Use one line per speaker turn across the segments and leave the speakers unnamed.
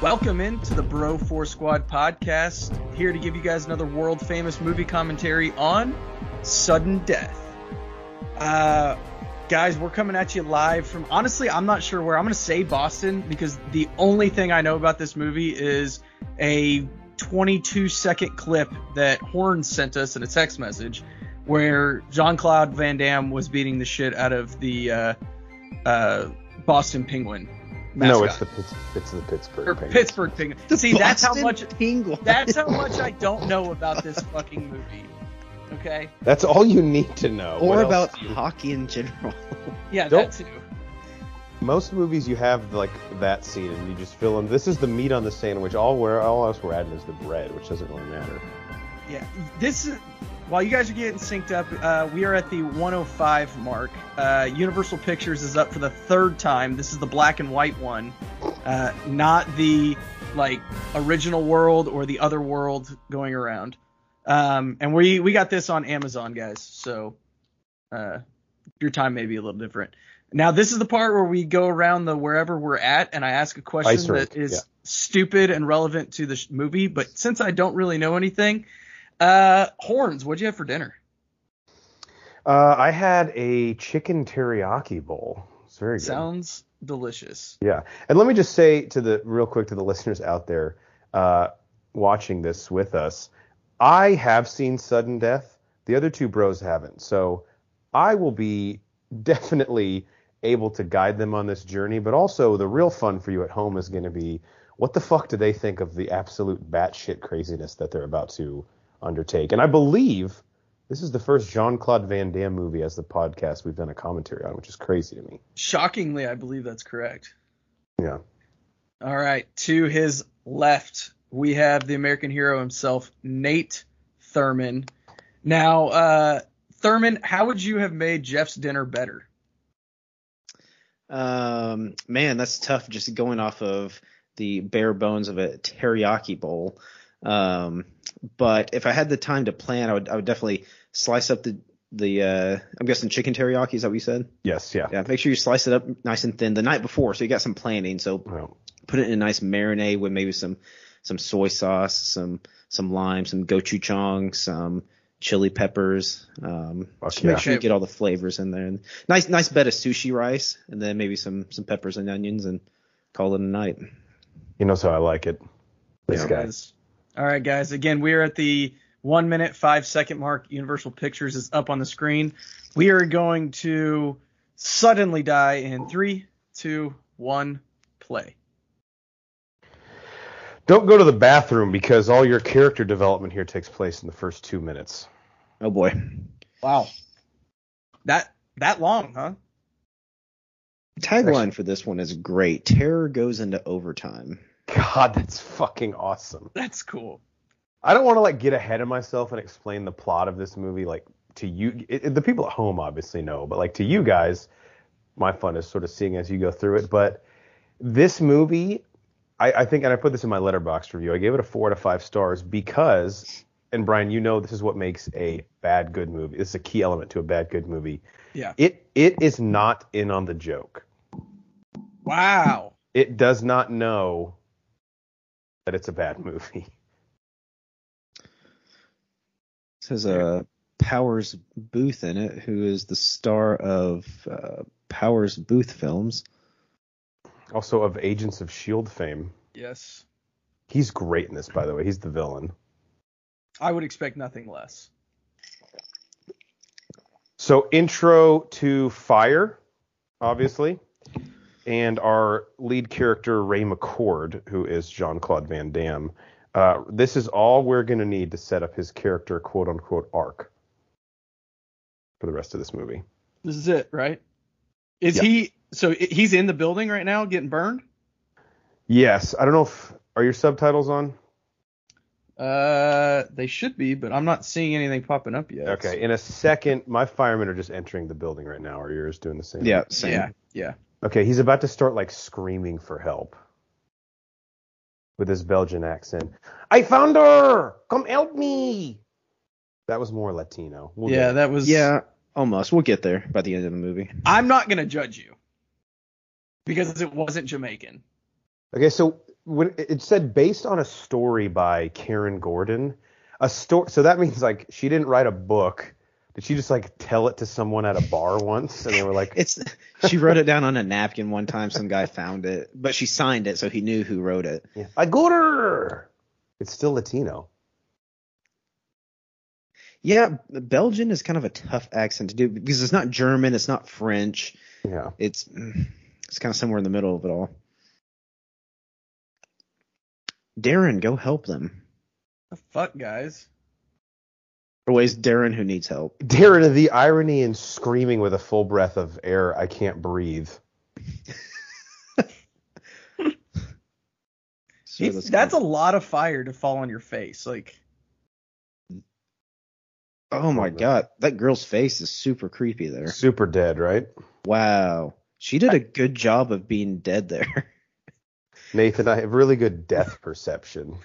Welcome into the Bro Four Squad podcast. Here to give you guys another world famous movie commentary on Sudden Death. Uh, guys, we're coming at you live from honestly, I'm not sure where. I'm going to say Boston because the only thing I know about this movie is a 22 second clip that Horn sent us in a text message where Jean Claude Van Damme was beating the shit out of the uh, uh, Boston Penguin.
No,
mascot.
it's the Pitts- it's the Pittsburgh.
Or
Penguins.
Pittsburgh Penguin. See, that's how much
Penguin.
that's how much I don't know about this fucking movie. Okay.
That's all you need to know. What
or
else
about
do you-
hockey in general.
Yeah,
Don't-
that too.
most movies, you have like that scene, and you just fill in. This is the meat on the sandwich. All where all else we're adding is the bread, which doesn't really matter.
Yeah. This is while you guys are getting synced up, uh, we are at the 105 mark. Uh, Universal Pictures is up for the third time. This is the black and white one, uh, not the like original world or the other world going around. Um, and we we got this on Amazon, guys. So uh, your time may be a little different. Now this is the part where we go around the wherever we're at, and I ask a
Ice
question
rink,
that is
yeah.
stupid and relevant to the sh- movie. But since I don't really know anything, uh, horns. What'd you have for dinner?
Uh, I had a chicken teriyaki bowl. It's very good.
Sounds delicious.
Yeah, and let me just say to the real quick to the listeners out there uh, watching this with us, I have seen sudden death. The other two bros haven't, so I will be definitely able to guide them on this journey. But also, the real fun for you at home is going to be what the fuck do they think of the absolute batshit craziness that they're about to undertake? And I believe this is the first Jean Claude Van Damme movie as the podcast we've done a commentary on, which is crazy to me.
Shockingly, I believe that's correct.
Yeah.
All right. To his left, we have the American hero himself, Nate Thurman. Now, uh, Thurman, how would you have made Jeff's dinner better?
Um, man, that's tough. Just going off of the bare bones of a teriyaki bowl. Um, but if I had the time to plan, I would I would definitely slice up the the uh, I'm guessing chicken teriyaki. Is that what you said?
Yes. Yeah.
Yeah. Make sure you slice it up nice and thin the night before, so you got some planning. So
Well,
put it in a nice marinade with maybe some some soy sauce, some some lime, some gochujang, some chili peppers. Um,
Fuck
just make
yeah.
sure you get all the flavors in there. And nice nice bed of sushi rice, and then maybe some some peppers and onions, and call it a night.
He knows how I like it. This
Yeah.
guy.
guys. All right, guys. Again, we are at the one minute, five second mark. Universal Pictures is up on the screen. We are going to suddenly die in three, two, one, play.
Don't go to the bathroom because all your character development here takes place in the first two minutes.
Oh boy.
Wow. That that long, huh?
Tagline for this one is great. Terror goes into overtime.
God, that's fucking awesome.
That's cool.
I don't want to like get ahead of myself and explain the plot of this movie like to you. It, it- the people at home obviously know, but like to you guys, my fun is sort of seeing as you go through it. But this movie, I, I think, and I put this in my letterbox review. I gave it a four out of five stars because, and Brian, you know, this is what makes a bad good movie. This is a key element to a bad good movie.
Yeah.
It it is not in on the joke.
Wow.
It does not know that it's a bad movie.
This has uh, Powers Booth in it, who is the star of uh, Powers Booth films.
Also of Agents of Shield E fame.
Yes.
He's great in this, by the way. He's the villain.
I would expect nothing less.
So intro to Fire, obviously, and our lead character Ray McCord, who is Jean Claude Van Damme. Uh, this is all we're going to need to set up his character, quote unquote, arc for the rest of this movie.
This is it, right? Is
Yeah.
he so i- he's in the building right now getting burned?
Yes, I don't know if are your subtitles on.
Uh they should be, but I'm not seeing anything popping up yet.
Okay, in a second, my firemen are just entering the building right now. Are yours doing the same?
Yeah, same.
Yeah. Yeah.
Okay, he's about to start like screaming for help with his Belgian accent. I found her! Come help me! That was more Latino. We'll
yeah,
get it.
that was
Yeah, almost. We'll get there by the end of the movie.
I'm not gonna judge you because it wasn't Jamaican.
Okay, so when it said based on a story by Karen Gordon, a story. So that means like she didn't write a book. Did she just like tell it to someone at a bar once, and they were like,
It's she wrote it down on a napkin one time. Some guy found it, but she signed it, so he knew who wrote it.
yeah, "I got her." It's still Latino.
Yeah, Belgian is kind of a tough accent to do because it's not German, it's not French,
Yeah.
it's mm, it's kind of somewhere in the middle of it all. Darren, go help them.
The fuck, guys.
Always Darren who needs help.
Darren, the irony in screaming with a full breath of air, "I can't breathe."
So
It's- that's a lot of fire to fall on your face. Like,
oh my god, that girl's face is super creepy there.
Super dead, right?
Wow, she did a good job of being dead there.
Nathan, I have really good death perception.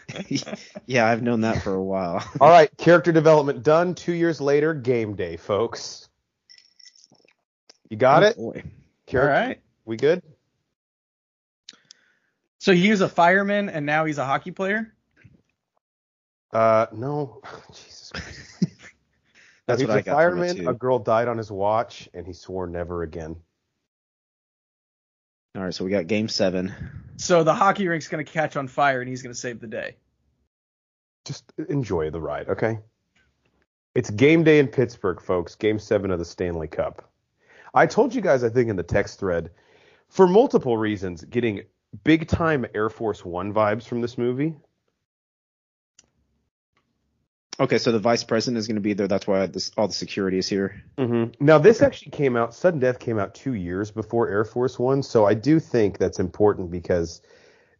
yeah, I've known that for a while.
All right, character development done. Two years later, game day, folks. You got
Oh,
it?
boy.
all
Character-
right.
We good?
So he was a fireman and now he's a hockey player.
Uh, no. Jesus Christ.
That's
He's
what I
a
got from it,
fireman.
too.
A girl died on his watch, and he swore never again.
All right, so we got game seven.
So the hockey rink's gonna catch on fire and he's gonna save the day.
Just enjoy the ride, okay? It's game day in Pittsburgh, folks. Game seven of the Stanley Cup. I told you guys, I think, in the text thread, for multiple reasons, getting big time Air Force One vibes from this movie.
Okay, so the vice president is going to be there. That's why this, all the security is here.
Mm-hmm. Now, this actually came out, Sudden Death came out two years before Air Force One, so I do think that's important because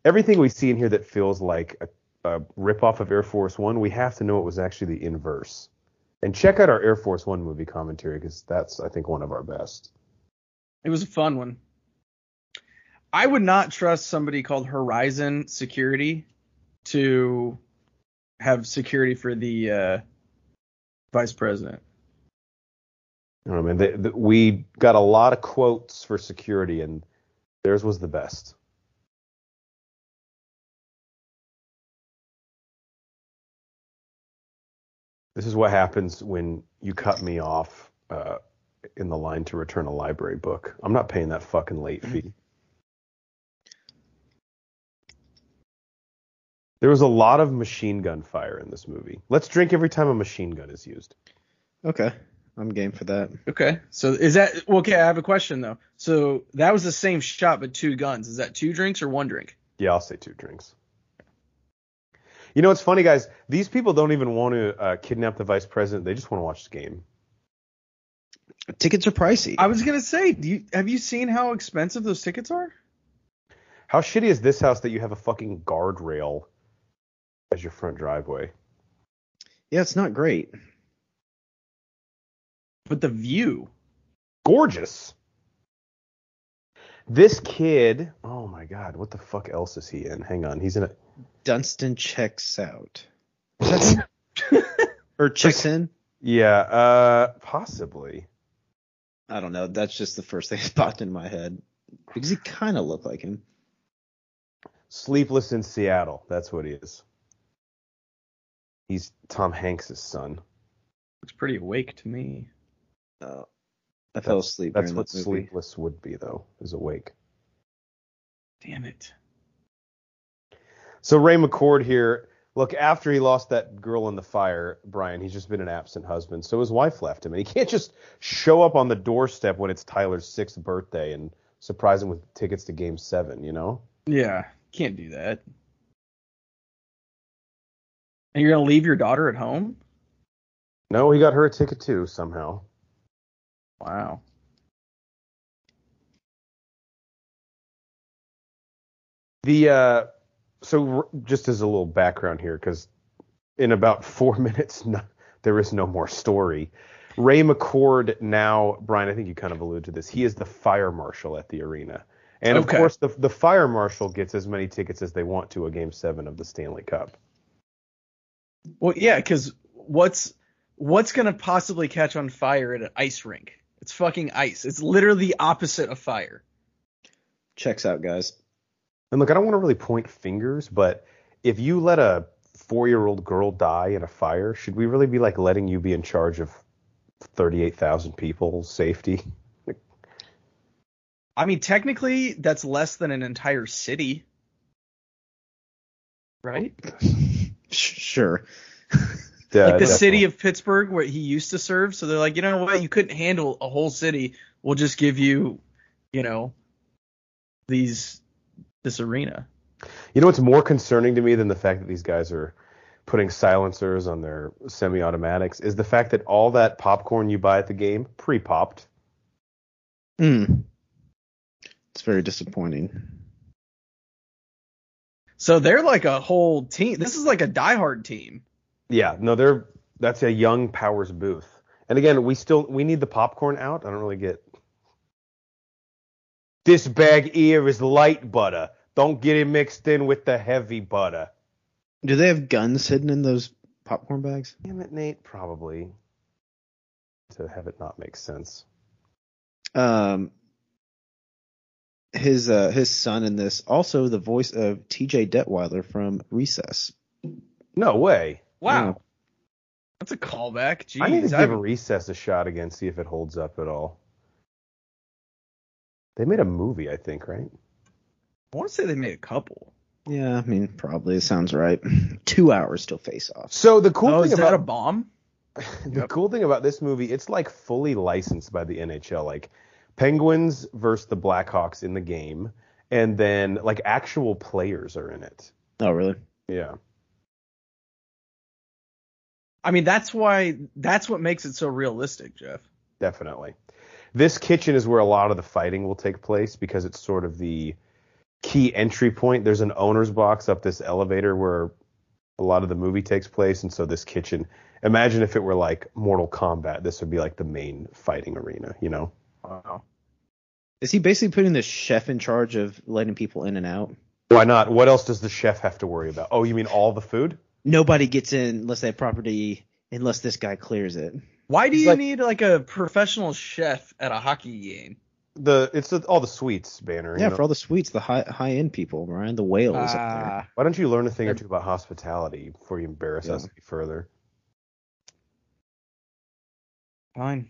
everything we see in here that feels like a, a ripoff of Air Force One, we have to know it was actually the inverse. And check out our Air Force One movie commentary because that's, I think, one of our best.
It was a fun one. I would not trust somebody called Horizon Security to have security for the uh, vice president.
I mean, they, th we got a lot of quotes for security, and theirs was the best. This is what happens when you cut me off uh, in the line to return a library book. I'm not paying that fucking late fee. There was a lot of machine gun fire in this movie. Let's drink every time a machine gun is used.
Okay, I'm game for that.
Okay. So is that well, okay? I have a question though. So that was the same shot but two guns. Is that two drinks or one drink?
Yeah, I'll say two drinks. You know, it's funny, guys. These people don't even want to uh, kidnap the vice president. They just want to watch the game.
Tickets are pricey.
I was gonna say, do you, have you seen how expensive those tickets are?
How shitty is this house that you have a fucking guardrail as your front driveway?
yeah, it's not great.
But the view.
Gorgeous. This kid. Oh my god, what the fuck else is he in? Hang on, he's in a.
Dunstan checks out. Is that him? or checks in?
Yeah, uh, possibly.
I don't know. That's just the first thing that popped in my head because he kind of looked like him.
Sleepless in Seattle. That's what he is. He's Tom Hanks' son.
Looks pretty awake to me.
Uh, I fell asleep.
That's
during
what
that movie.
sleepless would be, though, is awake.
Damn it.
So Ray McCord here. Look, after he lost that girl in the fire, Brian, he's just been an absent husband. So his wife left him, and he can't just show up on the doorstep when it's Tyler's sixth birthday and surprise him with tickets to Game Seven. You know?
Yeah, can't do that. And you're gonna leave your daughter at home?
No, he got her a ticket too somehow.
Wow.
The uh, so r- just as a little background here, because in about four minutes, no, there is no more story. Ray McCord now, Brian, I think you kind of alluded to this. He is the fire marshal at the arena, and of
Okay.
course, the the fire marshal gets as many tickets as they want to a game seven of the Stanley Cup.
Well, yeah, because what's what's gonna possibly catch on fire at an ice rink? It's fucking ice. It's literally the opposite of fire.
Checks out, guys.
And look, I don't want to really point fingers, but if you let a four-year-old girl die in a fire, should we really be like letting you be in charge of thirty-eight thousand people's safety?
I mean, technically, that's less than an entire city, right?
Sure.
Yeah,
like the
definitely.
city of Pittsburgh where he used to serve. So they're like, you know what? You couldn't handle a whole city. We'll just give you, you know, these this arena.
You know what's more concerning to me than the fact that these guys are putting silencers on their semi-automatics is the fact that all that popcorn you buy at the game pre-popped.
Mm. It's very disappointing.
So they're like a whole team. This is like a diehard team.
Yeah, no, they're that's a young Powers Booth. And again, we still we need the popcorn out. I don't really get. This bag here is light butter. Don't get it mixed in with the heavy butter.
Do they have guns hidden in those popcorn bags?
Damn it, Nate. Probably to have it not make sense.
Um, his uh, his son in this also the voice of T.J. Detweiler from Recess.
No way.
Wow,
Yeah.
that's a callback. Jeez,
I need to
I-
give a recess a shot again, see if it holds up at all. They made a movie, I think, right?
I want to say they made a couple.
Yeah, I mean probably it sounds right. Two hours till face off.
So the cool
oh,
thing
is that
about
a bomb?
the cool thing about this movie, it's like fully licensed by the NHL. Like Penguins versus the Blackhawks in the game, and then like actual players are in it.
Oh really?
Yeah.
I mean, that's why that's what makes it so realistic, Jeff.
definitely. This kitchen is where a lot of the fighting will take place because it's sort of the key entry point. There's an owner's box up this elevator where a lot of the movie takes place, and so this kitchen. Imagine if it were like Mortal Kombat. This would be like the main fighting arena, you know?
Wow.
Is he basically putting the chef in charge of letting people in and out?
Why not? What else does the chef have to worry about? Oh, you mean all the food?
Nobody gets in unless that property unless this guy clears it.
Why do
It's
you
like-
need like a professional chef at a hockey game?
The it's the, all the sweets banner. you
Yeah,
know?
for all the sweets, the high high end people, Ryan, the whale is up there.
Ah,
Why don't you learn a thing or two about hospitality before you embarrass us
Yeah.
any further?
fine.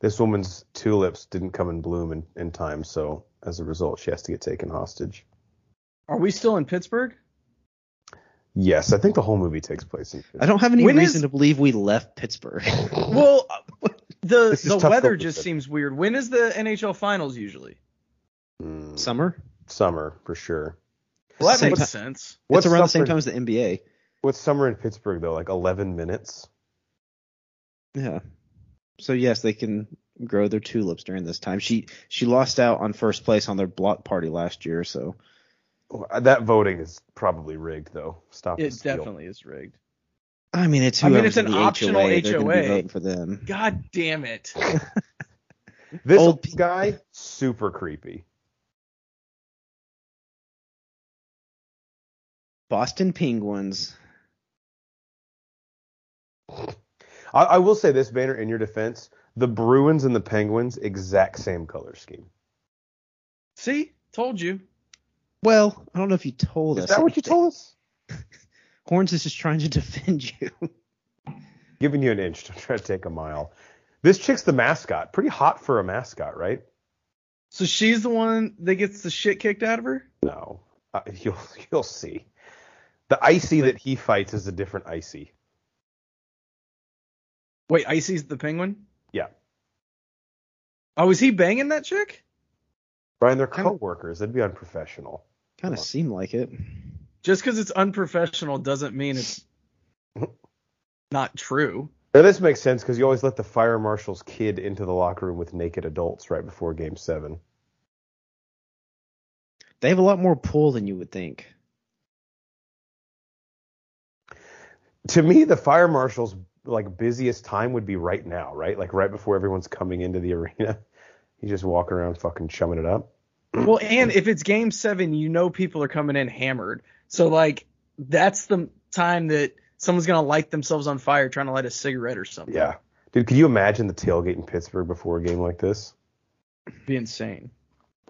this woman's tulips didn't come in bloom in, in time, so as a result, she has to get taken hostage.
Are we still in Pittsburgh?
Yes, I think the whole movie takes place in.
I don't have any
When
reason
is-
to believe we left Pittsburgh.
Well, the
This is
the
tough
weather
focus,
just
but-
seems weird. When is the NHL finals usually?
Mm,
Summer.
summer for sure.
Well, that
Same
makes
ti-
sense.
What's
it's around the same
summer-
time as the NBA.
What's summer in Pittsburgh though? Like 11 minutes.
Yeah. So yes, they can grow their tulips during this time. She she lost out on first place on their block party last year, so
That voting is probably rigged though. Stop. the
It
steal.
definitely is rigged.
I mean it's
I mean, it's
whoever's
an
in the
optional
HOA, they're gonna be
HOA.
voting for them.
God damn it!
This
Old
old
people.
guy super creepy.
Boston Penguins.
I, I will say this, Banner, in your defense, the Bruins and the Penguins exact same color scheme.
See, told you.
Well, I don't know if you told
Is
us.
that what you
anything.
told us?
Horns is just trying to defend you.
Giving you an inch to try to take a mile. This chick's the mascot. Pretty hot for a mascot, right?
So she's the one that gets the shit kicked out of her.
No, uh, you'll you'll see. The icy that he fights is a different icy.
Wait, Icy's the penguin.
Yeah.
Oh, is he banging that chick?
Brian, they're
Kinda-
coworkers. That'd be unprofessional.
kind of seemed like it.
Just because it's unprofessional doesn't mean it's not true.
Now this makes sense because you always let the fire marshal's kid into the locker room with naked adults right before Game Seven.
They have a lot more pull than you would think.
To me, the fire marshal's like busiest time would be right now, right? Like right before everyone's coming into the arena. He's just walking around fucking chumming it up.
Well, and if it's game seven, you know people are coming in hammered. So like that's the time that someone's gonna light themselves on fire trying to light a cigarette or something.
Yeah. Dude, could you imagine the tailgate in Pittsburgh before a game like this?
It'd be insane.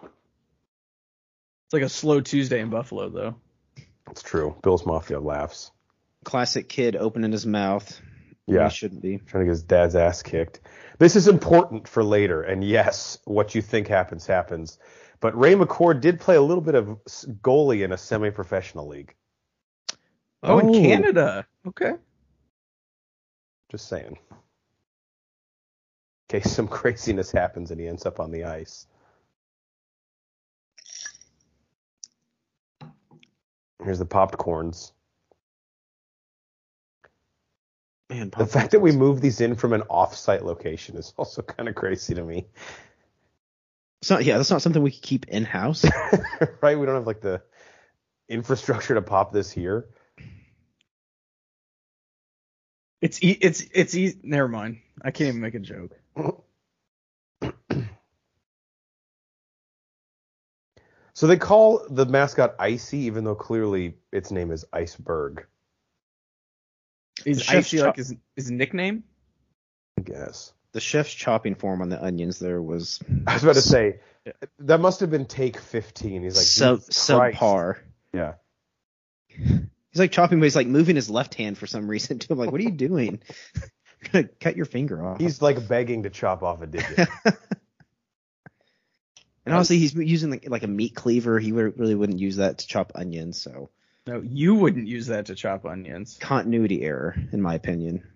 It's like a slow Tuesday in Buffalo, though.
It's true. Bill's Mafia laughs.
Classic kid opening his mouth.
Yeah.
He shouldn't be.
Trying to get his dad's ass kicked. This is important for later. And yes, what you think happens, happens. But Ray McCord did play a little bit of s- goalie in a semi professional league.
Oh, in Canada. Okay.
Just saying. In case some craziness happens and he ends up on the ice. Here's the popcorns.
Man,
The fact that we moved these in from an off-site location is also kind of crazy to me,
It's not, yeah, that's not something we could keep in house.
right? We don't have like the infrastructure to pop this here.
It's e- it's it's e- never mind. I can't even make a joke.
So they call the mascot Icy, even though clearly its name is Iceberg.
Is
The chef's
Icy
chop-
like his his nickname?
I guess.
the chef's chopping form on the onions there was
I was about to say that must have been take 15. He's like
sub
"Jesus Christ."
subpar.
Yeah.
He's like chopping, but he's like moving his left hand for some reason. Too. I'm like, what are you doing? You're gonna cut your finger off.
He's like begging to chop off a digit.
and honestly, he's using like, like a meat cleaver. He would, really wouldn't use that to chop onions. So
No, you wouldn't use that to chop onions.
continuity error, in my opinion.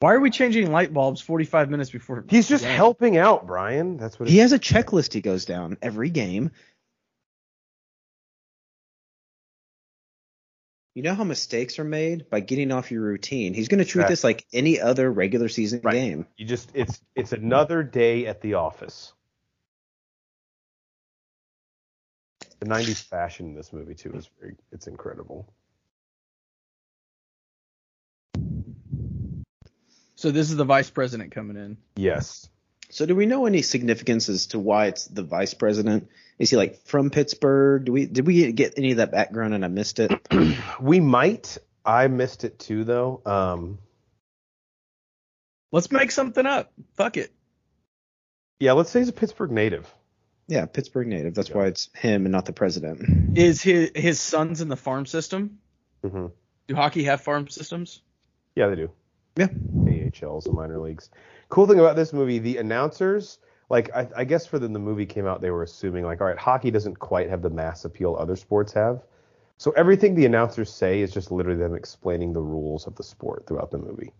Why are we changing light bulbs 45 minutes before?
He's just
Yeah.
helping out, Brian. That's what.
He
it-
has a checklist he goes down every game. You know how mistakes are made by getting off your routine. He's going to treat
Right.
this like any other regular season
Right.
game.
You just it's it's another day at the office. The 90s fashion in this movie too is very it's incredible.
So this is the vice president coming in.
Yes.
So, do we know any significance as to why it's the vice president? Is he like from Pittsburgh? Do we did we get any of that background and I missed it?
We might. I missed it too though. Um
Let's make something up. Fuck it.
yeah, let's say he's a Pittsburgh native.
yeah, Pittsburgh native. That's
Yeah.
why it's him and not the president.
Is his his son's in the farm system?
hmm
Do hockey have farm systems?
Yeah, they do.
Yeah.
AHLs, the minor leagues. Cool thing about this movie, the announcers, like I, I guess for them the movie came out, they were assuming like, all right, hockey doesn't quite have the mass appeal other sports have. So everything the announcers say is just literally them explaining the rules of the sport throughout the movie.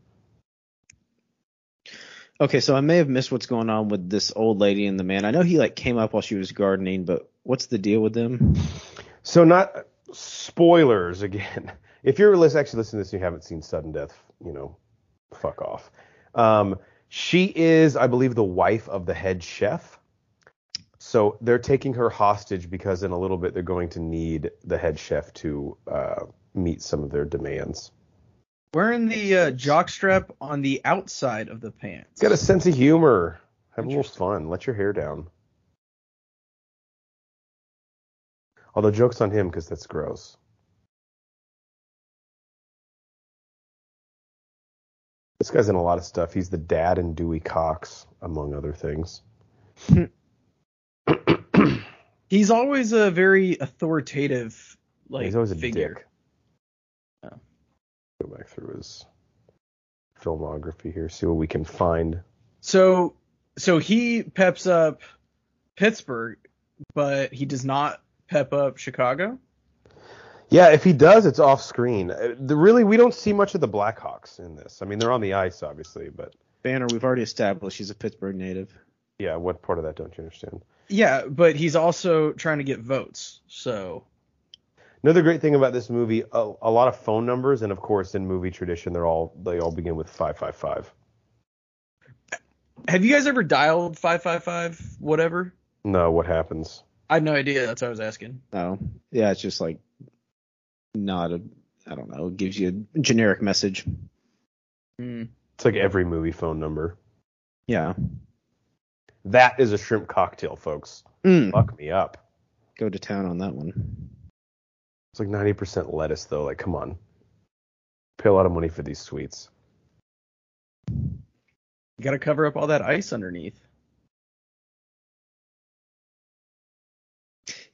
Okay, so I may have missed what's going on with this old lady and the man. I know he like came up while she was gardening, but what's the deal with them?
So not spoilers again. If you're lis- actually listening to this and you haven't seen Sudden Death, you know, fuck off. Um, she is, I believe, the wife of the head chef. So they're taking her hostage because in a little bit they're going to need the head chef to uh, meet some of their demands.
Wearing the uh, jockstrap on the outside of the pants.
He's got a sense of humor. Have a little fun. Let your hair down. Although jokes on him because that's gross. This guy's in a lot of stuff. He's the dad in Dewey Cox, among other things.
He's always a very authoritative like
He's always a
figure.
dick.
Oh.
Go back through his filmography here, see what we can find.
So so he peps up Pittsburgh, but he does not pep up Chicago.
Yeah, if he does, it's off screen. Uh, The, really, we don't see much of the Blackhawks in this. I mean, they're on the ice, obviously, but
Banner, we've already established he's a Pittsburgh native.
yeah, what part of that don't you understand?
Yeah, but he's also trying to get votes. So
Another great thing about this movie, a, a lot of phone numbers, and of course, in movie tradition, they're all they all begin with five five five.
have you guys ever dialed five five five whatever?
No, what happens?
I have no idea. That's what I was asking.
No. Yeah, it's just like not a I don't know, it gives you a generic message.
Hmm.
It's like every movie phone number.
Yeah.
That is a shrimp cocktail, folks.
Mm,
Fuck me up.
go to town on that one.
It's like ninety percent lettuce, though. Like, come on, pay a lot of money for these sweets.
You got to cover up all that ice underneath.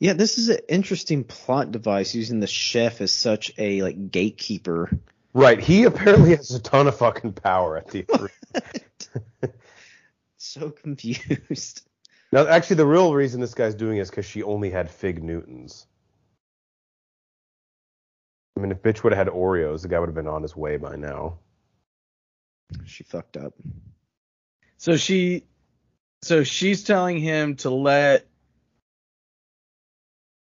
Yeah, this is an interesting plot device using the chef as such a like gatekeeper.
Right. He apparently has a ton of fucking power at the
So confused.
Now, actually, the real reason this guy's doing it is because she only had Fig Newtons. I mean, if bitch would have had Oreos, the guy would have been on his way by now.
She fucked up.
So she, so she's telling him to let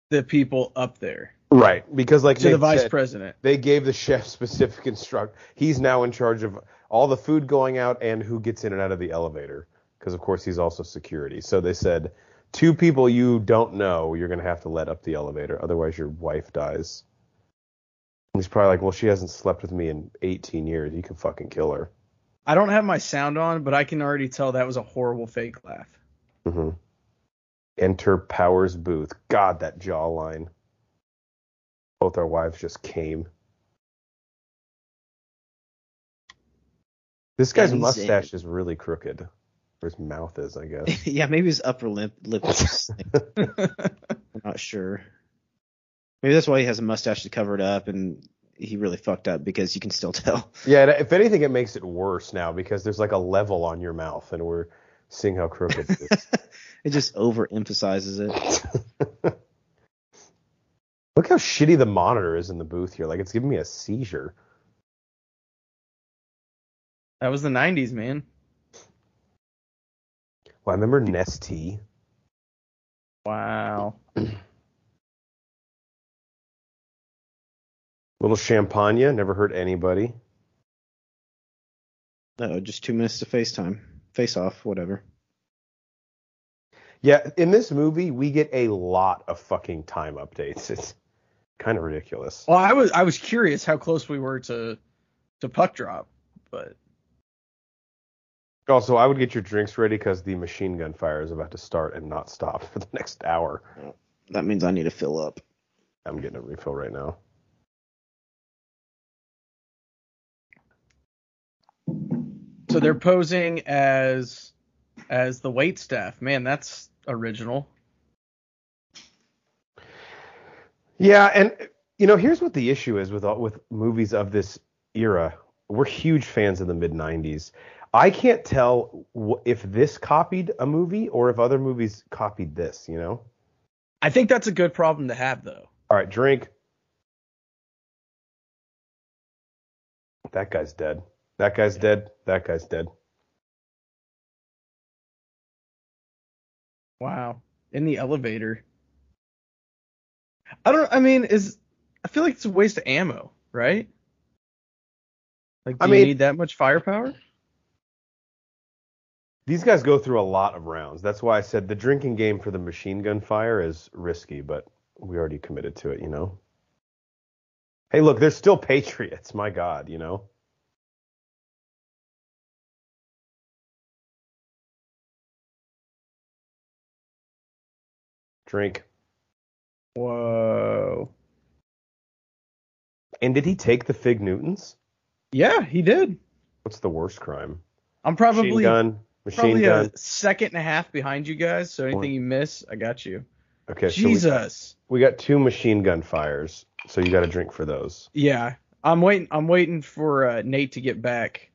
the people up there
Right. Because, like,
to the
Nick
vice
said,
president.
they gave the chef specific instruct. He's now in charge of all the food going out and who gets in and out of the elevator. Because, of course, he's also security. So they said, two people you don't know, you're going to have to let up the elevator. Otherwise, your wife dies. And he's probably like, well, she hasn't slept with me in 18 years. You can fucking kill her.
I don't have my sound on, but I can already tell that was a horrible fake laugh.
hmm Enter Powers Booth. God, that jawline. Both our wives just came. This guy's
Ben's in.
mustache is really crooked. Or his mouth is, I guess.
yeah, maybe his upper lip lip. was snake. I'm not sure. Maybe that's why he has a mustache to cover it up, and he really fucked up because you can still tell.
yeah, and if anything, it makes it worse now because there's like a level on your mouth, and we're seeing how crooked it is.
It just overemphasizes it.
Look how shitty the monitor is in the booth here. Like, it's giving me a seizure.
That was the 90s, man.
Well, I remember Nestea.
Wow.
Little Champagne, never hurt anybody.
No, Uh, just two minutes to FaceTime, face off, whatever.
Yeah, in this movie, we get a lot of fucking time updates. It's kind of ridiculous.
Well, I was I was curious how close we were to to puck drop, but
Also, I would get your drinks ready because the machine gun fire is about to start and not stop for the next hour.
That means I need to fill up.
I'm getting a refill right now.
so they're posing as as the wait staff. Man, that's original.
Yeah, and you know, here's what the issue is with all, with movies of this era. We're huge fans of the mid '90s. I can't tell wh- if this copied a movie or if other movies copied this. You know.
I think that's a good problem to have though.
All right, drink. That guy's dead. That guy's dead. That guy's dead.
Wow. In the elevator. I don't I mean, is I feel like it's a waste of ammo, right? Like do
I
you
mean-
need that much firepower?
These guys go through a lot of rounds. That's why I said the drinking game for the machine gun fire is risky, but we already committed to it, you know. Hey, look, they're still patriots. My God, you know. Drink.
Whoa.
And did he take the Fig Newtons?
Yeah, he did.
What's the worst crime?
I'm probably
machine gun. Machine
probably
gun.
a second and a half behind you guys, so anything you miss, I got you.
Okay, so
Jesus.
we, we got two machine gun fires, so you got to drink for those.
Yeah. I'm waiting I'm waiting for uh, Nate to get back.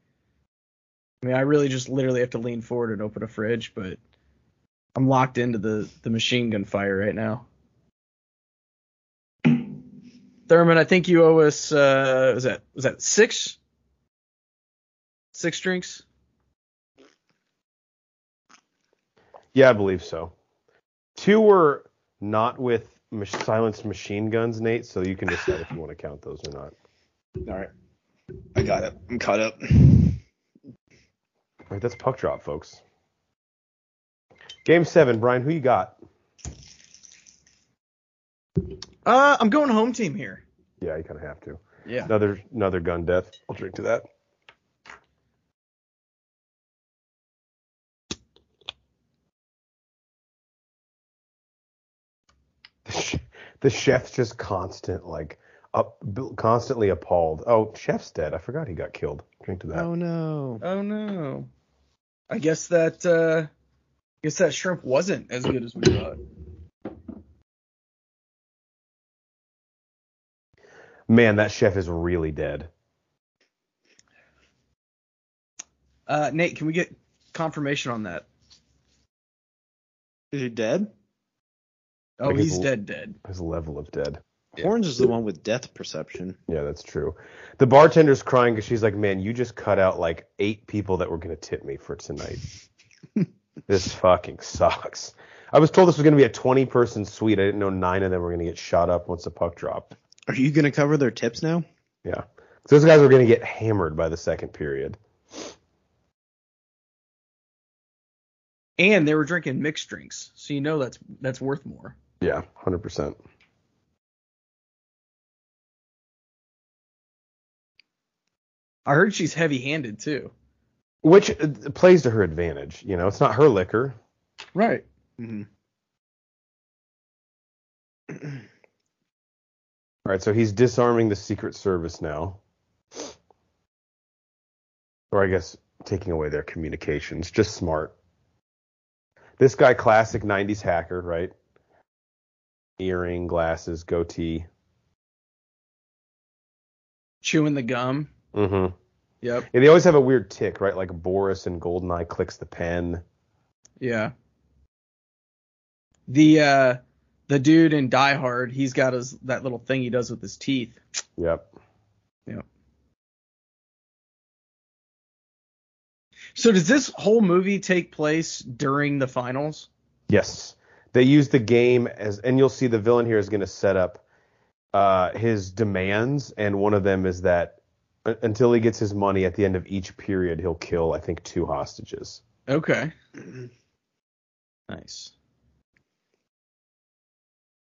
I mean, I really just literally have to lean forward and open a fridge, but I'm locked into the the machine gun fire right now. Thurman, I think you owe us uh was that was that 6 6 drinks?
Yeah, I believe so. Two were not with mach- silenced machine guns, Nate, so you can decide if you want to count those or not.
All right, I got it. I'm caught up.
All right, that's puck drop, folks. Game seven, Brian, who you got?
Uh I'm going home team here.
Yeah, you kind of have to.
Yeah.
Another another gun death. I'll drink to that. The, sh- the chef's just constant, like up, constantly appalled. Oh, chef's dead. I forgot he got killed. Drink to that.
Oh no.
Oh no. I guess that uh I guess that shrimp wasn't as good as we thought.
man, that chef is really dead.
Uh, Nate, can we get confirmation on that?
Is he dead?
Oh,
Like his
he's
l-
dead, dead.
His level of dead.
Yeah.
Horns is the one with death perception.
Yeah, that's true. The bartender's crying because she's like, man, you just cut out like eight people that were going to tip me for tonight. this fucking sucks. I was told this was going to be a 20 person suite. I didn't know nine of them were going to get shot up once the puck dropped.
Are you gonna cover their tips now?
Yeah. Those guys were going to get hammered by the second period.
And they were drinking mixed drinks, so you know that's that's worth more.
Yeah, 100%.
I heard she's heavy-handed too.
Which uh, plays to her advantage. You know, it's not her liquor.
Right.
Mm-hmm.
All right, so he's disarming the Secret Service now. Or I guess taking away their communications. Just smart. This guy, classic 90s hacker, right? Earring, glasses, goatee.
Chewing the gum.
Mm-hmm.
Yep.
Yeah, they always have a weird tick, right? Like Boris in Goldeneye clicks the pen.
Yeah. The uh the dude in Die Hard, he's got his that little thing he does with his teeth.
Yep.
So does this whole movie take place during the finals?
Yes. They use the game as, and you'll see the villain here is going to set up uh, his demands, and one of them is that u- until he gets his money at the end of each period, he'll kill, I think, two hostages.
Okay. Nice.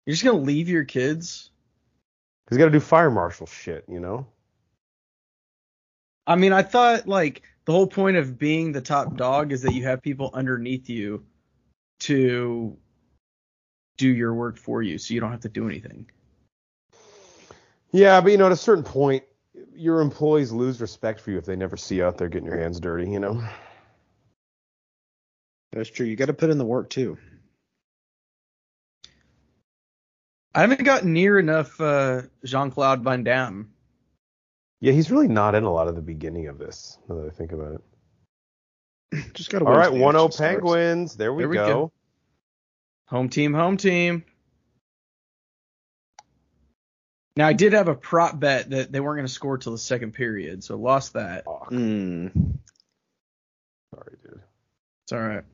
You're just gonna leave your kids?
He's got to do fire marshal shit, you know?
I mean, I thought like the whole point of being the top dog is that you have people underneath you to do your work for you, so you don't have to do anything.
Yeah, but you know, at a certain point, your employees lose respect for you if they never see you out there getting your hands dirty, you know?
That's true. You got to put in the work too.
I haven't gotten near enough uh, Jean Claude Van Damme.
Yeah, he's really not in a lot of the beginning of this, now that I think about it.
Just got to.
All right, 1 0 Penguins. There we,
There we
go.
go. Home team, home team. Now I did have a prop bet that they weren't going to score till the second period, so lost that.
Fuck.
Mm.
Sorry, dude.
It's all right.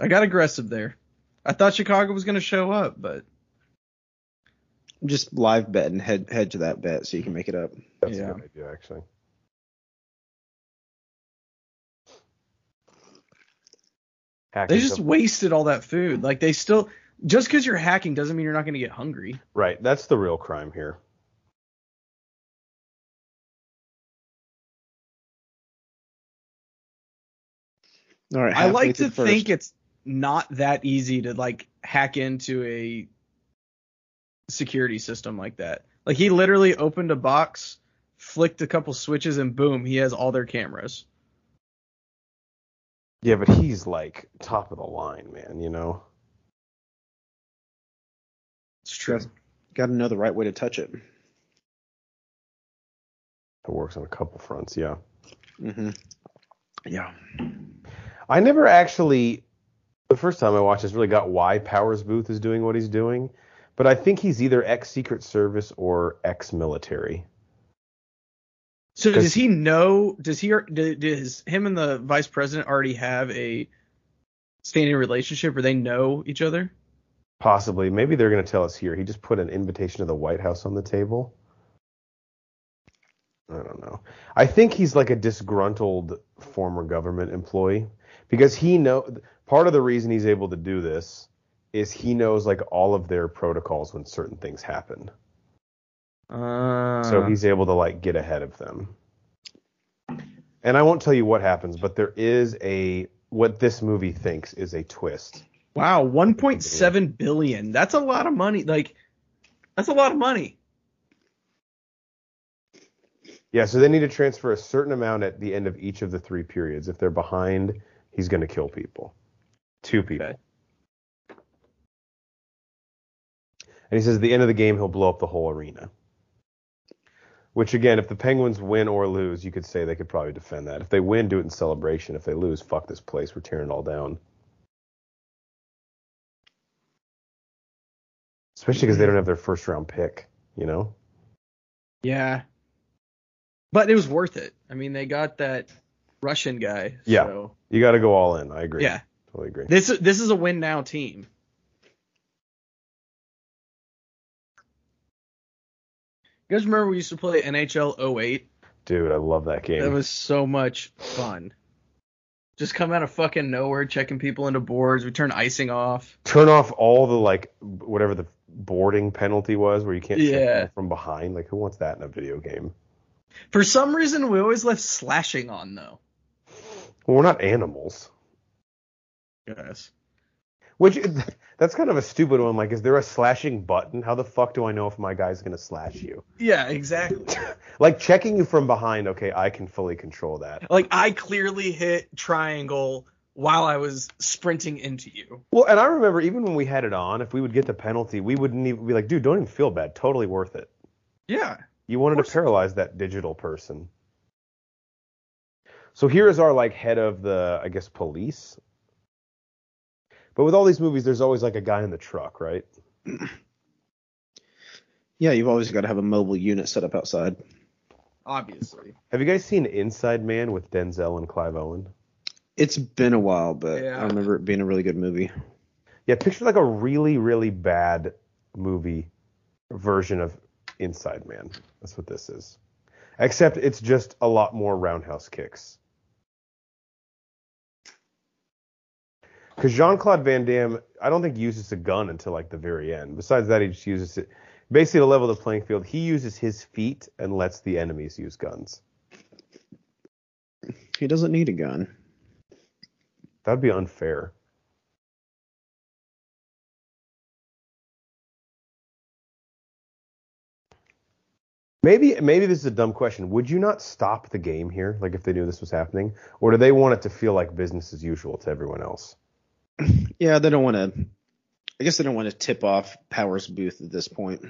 I got aggressive there. I thought Chicago was going to show up, but
Just live bet and head head to that bet so you can make it up.
That's
Yeah.
a good idea, actually. Hacking
they just
stuff-
wasted all that food. Like they still just because you're hacking doesn't mean you're not going to get hungry.
right. That's the real crime here.
All right.
I
halfway
like
through
to
first.
think it's not that easy to like hack into a security system like that. Like he literally opened a box, flicked a couple switches, and boom, he has all their cameras.
Yeah, but he's like top of the line, man. You know.
It's true.
got to know the right way to touch it.
It works on a couple fronts, yeah.
Mm-hmm. Yeah.
I never actually, the first time I watched this, really got why Powers Booth is doing what he's doing, but I think he's either ex Secret Service or ex military.
So
Does-
does he know? Does he? ar- do- Does him and the vice president already have a standing relationship, or they know each other?
Possibly. Maybe they're going to tell us here. He just put an invitation to the White House on the table. I don't know. I think he's like a disgruntled former government employee because he know part of the reason he's able to do this is he knows like all of their protocols when certain things happen.
Uh,
So he's able to like get ahead of them. And I won't tell you what happens, but there is a what this movie thinks is a twist.
wow, 1.7 billion. That's a lot of money. Like, that's a lot of money.
Yeah, so they need to transfer a certain amount at the end of each of the three periods. If they're behind, he's going to kill people. Two people.
Okay.
And he says at the end of the game, he'll blow up the whole arena. Which again, if the Penguins win or lose, you could say they could probably defend that. If they win, do it in celebration. If they lose, fuck this place. We're tearing it all down. Especially because they don't have their first round pick, you know?
Yeah. But it was worth it. I mean, they got that Russian guy.
Yeah.
So,
You got to go all in. I agree.
yeah.
Totally agree.
This this is a win now team. You guys remember we used to play NHL 08?
Dude, I love that game.
That was so much fun. Just come out of fucking nowhere, checking people into boards. We turn icing off.
Turn off all the, like, whatever the boarding penalty was where you can't check
Yeah.
people from behind. Like, who wants that in a video game?
For some reason, we always left slashing on though.
Well, we're not animals.
Yes.
Which that's kind of a stupid one. Like, is there a slashing button? How the fuck do I know if my guy's gonna slash you?
Yeah, exactly.
Like checking you from behind. Okay, I can fully control that.
Like I clearly hit triangle while I was sprinting into you.
Well, and I remember even when we had it on, if we would get the penalty, we wouldn't even be like, dude, don't even feel bad. Totally worth it.
Yeah.
You wanted to paralyze that digital person. So here is our like head of the, I guess, police. But with all these movies, there's always like a guy in the truck, right?
Yeah, you've always got to have a mobile unit set up outside.
Obviously.
Have you guys seen Inside Man with Denzel and Clive Owen?
It's been a while, but
Yeah.
I remember it being a really good movie.
Yeah, picture like a really, really bad movie version of Inside Man. That's what this is. Except it's just a lot more roundhouse kicks. Because Jean Claude Van Damme, I don't think uses a gun until like the very end. Besides that, he just uses it basically to level the playing field. He uses his feet and lets the enemies use guns.
He doesn't need a gun.
That'd be unfair. Maybe maybe this is a dumb question. Would you not stop the game here, like if they knew this was happening, or do they want it to feel like business as usual to everyone else?
Yeah, they don't want to. I guess they don't want to tip off Powers Booth at this point.